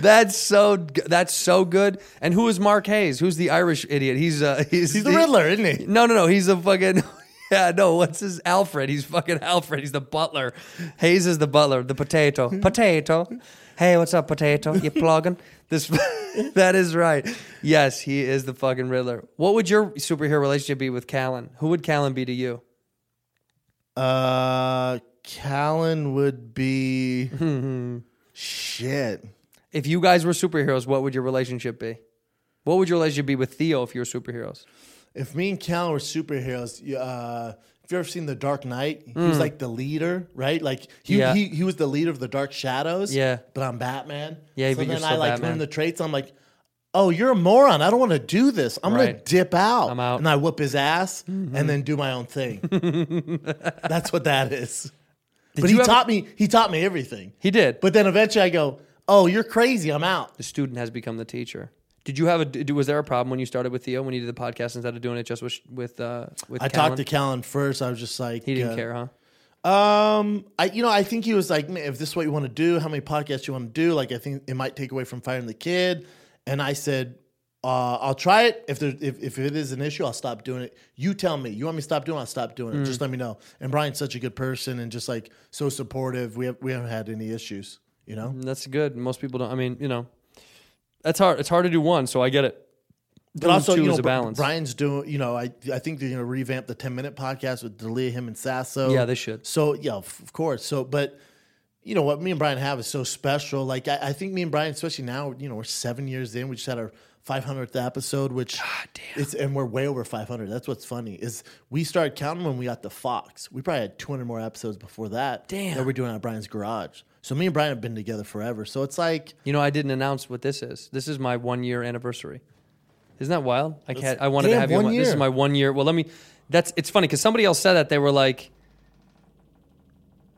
That's so g- that's so good. And who is Mark Hayes? Who's the Irish idiot? He's uh he's,
He's the Riddler, isn't he?
No, no, no. He's a fucking yeah. No, what's his Alfred? He's fucking Alfred. He's the butler. Hayes is the butler. The potato. Potato. Hey, what's up, potato? You plugging this? that is right. Yes, he is the fucking Riddler. What would your superhero relationship be with Callan? Who would Callan be to you?
Uh, Callan would be. Shit.
If you guys were superheroes, what would your relationship be? What would your relationship be with Theo if you were superheroes?
If me and Callan were superheroes, you- uh, if you ever seen The Dark Knight, he was like the leader, right? Like he,
Hmm. Yeah.
he he was the leader of the Dark Shadows.
Yeah.
but I'm Batman.
Yeah,
so
but
then
you're
I
still
like
Batman.
learn the traits. I'm like, oh, you're a moron. I don't want to do this. I'm gonna
Right.
dip out.
I'm out. Mm-hmm.
and I whoop his ass and then do my own thing. That's what that is. but
you
he
ever-
taught me. He taught me everything.
He did.
But then eventually, I go, oh, you're crazy. I'm out.
the student has become the teacher. Did you have a? d- Was there a problem when you started with Theo when you did the podcast instead of doing it just with with uh, with?
I
Callan?
talked to Callan first. I was just like,
He didn't
uh,
care, huh?
Um, I you know I think he was like, "Man, if this is what you want to do, how many podcasts you want to do? Like, I think it might take away from firing the kid. And I said, uh, I'll try it. If there if, if it is an issue, I'll stop doing it. You tell me. You want me to stop doing? it? I'll stop doing
Mm.
it. Just let me know. And Brian's such a good person and just like so supportive. We have we haven't had any issues. You know,
That's good. Most people don't. I mean, you know, that's hard. It's hard to do one, so I get it.
but also
two
you know,
is a
Bri-
balance.
Brian's doing. You know, I I think they're gonna revamp the ten minute podcast with Delia, him, and Sasso.
Yeah, they should.
So yeah, of of course. So but you know what me and Brian have is so special. Like I, I think me and Brian, especially now, you know, we're seven years in. We just had our 500th episode, which it's and we're way over 500. That's what's funny is we started counting when we got the Fox. We probably had 200 more episodes before that.
Damn.
that we're doing at Brian's garage. So me and Brian have been together forever. So it's like
You know, I didn't announce what this is. This is my one year anniversary. Isn't that wild? I can't. I wanted
They
to
have
have you. on
one
my- This is
year.
my one year. Well, let me. That's. It's funny because somebody else said that they were like,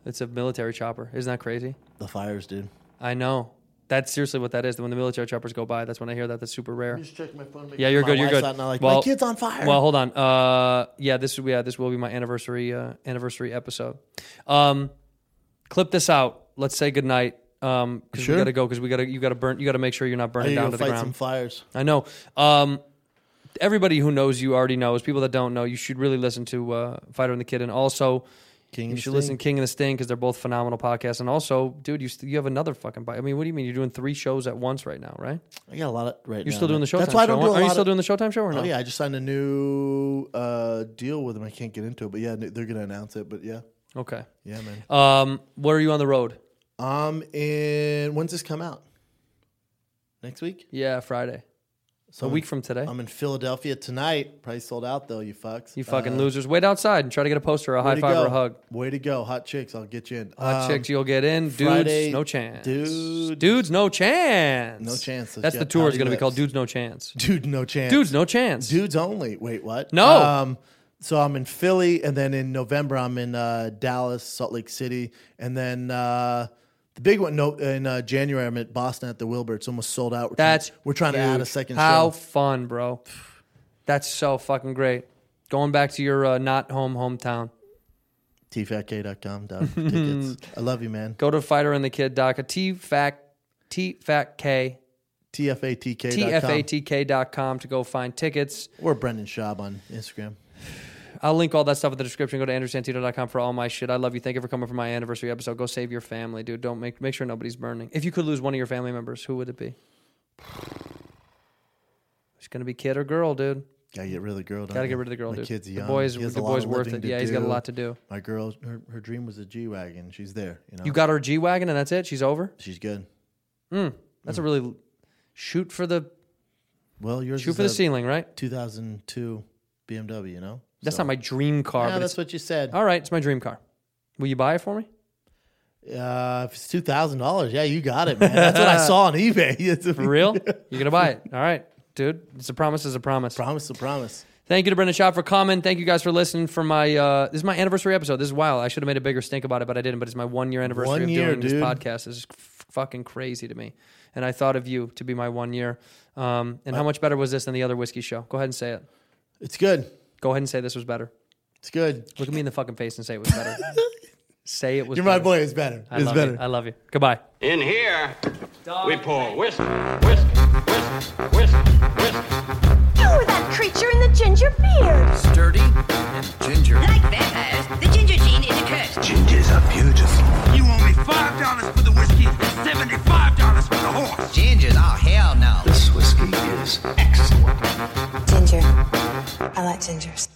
"It's a military chopper." Isn't that crazy?
The fires, dude.
I know. That's seriously what that is. When the military choppers go by, that's when I hear that. That's super rare.
Just check my phone.
Yeah, you're
my
good. You're
wife's
good.
out now, like, my
Well-
kid's on fire.
Well, hold on. Uh, yeah, this yeah this will be my anniversary uh, anniversary episode. Um, clip this out. Let's say goodnight. Um, because
Sure.
we gotta go. Because we gotta you gotta burn. You gotta make sure you're not
I
burning
need to
down
go
to
fight
the
some
ground.
fires.
I know. Um, everybody who knows you already knows. People that don't know, you should really listen to uh, Fighter and the Kid, and also
King
you
and
should
Sting.
listen to King and the Sting because they're both phenomenal podcasts. And also, dude, you st- you have another fucking. bi- I mean, what do you mean you're doing three shows at once right now? Right?
I got a lot of right.
You're
now,
still doing
man.
the Showtime
That's why
show.
I don't do a
Are
lot
you still
of-
doing the Showtime show or no?
Oh yeah, I just signed a new uh, deal with them. I can't get into it, but yeah, they're gonna announce it. But yeah,
Okay.
yeah, man.
Um, what are you on the road?
Um, and when's this come out? Next week.
Yeah, Friday.
So
a week from today.
I'm in Philadelphia tonight. Probably sold out though. You fucks.
you fucking losers. Wait outside and try to get a poster, or a high five, or a hug.
Way to uh, go, hot chicks. I'll get you in.
Hot
Um,
chicks, you'll get in. Dudes,
Friday,
no chance.
dudes-
dudes, no chance.
No chance.
That's
Yeah,
the tour is
Pouty
going to be
Lips.
called. Dudes, no chance.
dude. No chance.
Dudes, no chance.
Dudes only. Wait, what?
No.
Um, so I'm in Philly, and then in November I'm in uh, Dallas, Salt Lake City, and then uh, the big one. No, in uh, January I'm at Boston at the Wilbur. It's almost sold out. We're
That's
trying, we're trying to add a
huge.
second
How
show.
fun, bro! That's so fucking great. Going back to your uh, not home hometown.
tfatk.com dog, tickets. I love you, man.
Go to fighterandthekid.com. T fact T fact K
tfatk.com.
T F A T K dot com to go find tickets.
or Brendan Schaub on Instagram.
I'll link all that stuff in the description. Go to andersantito.com for all my shit. I love you. Thank you for coming for my anniversary episode. Go save your family, dude. Don't make make sure nobody's burning. If you could lose one of your family members, who would it be? It's gonna be kid or girl, dude.
Gotta get rid of the girl.
Gotta get rid of the girl,
My
dude.
kid's
The
young.
boy's-
He has
the
a lot
boy's
of
worth
living
it. Yeah, he's got a lot to do.
My girl, her, her dream was a G wagon. She's there. You know,
You got her G wagon and that's it. She's over.
She's good.
That's
Mm.
a really shoot for the
Well, yours
shoot
is
for the
a-
ceiling, right?
2002 BMW, you know?
That's not my dream car.
Yeah,
but
that's
it's,
what you said.
all right, it's my dream car. Will you buy it for me?
Uh, if it's two thousand dollars, yeah, you got it, man. That's what I saw on eBay. It's a
For real? You're gonna buy it. All right, dude. It's a promise. Is a promise.
promise to promise.
Thank you to Brendan Schott for coming. Thank you guys for listening for my uh, this is my anniversary episode. This is wild. I should have made a bigger stink about it, but I didn't. But it's my one year anniversary
One
of
year,
doing
dude.
this podcast. This is f- fucking crazy to me. And I thought of you to be my one year. Um, and how much better was this than the other whiskey show? Go ahead and say it.
It's good.
Go ahead and say this was better.
It's good.
Look at me in the fucking face and say it was better. say it was.
You're my
better.
boy. It's better.
I
it's
love
better.
You. I love you. Goodbye.
In here, we pour whiskey, whiskey, whiskey, whiskey, whiskey.
You were Oh, that creature in the ginger beard.
Sturdy and ginger.
Like vampires, the ginger gene is a curse.
Gingers are beautiful.
You owe me five dollars for the whiskey and seventy-five dollars for the horse.
Gingers. Oh, hell no.
This whiskey is excellent.
Ginger. I like gingers.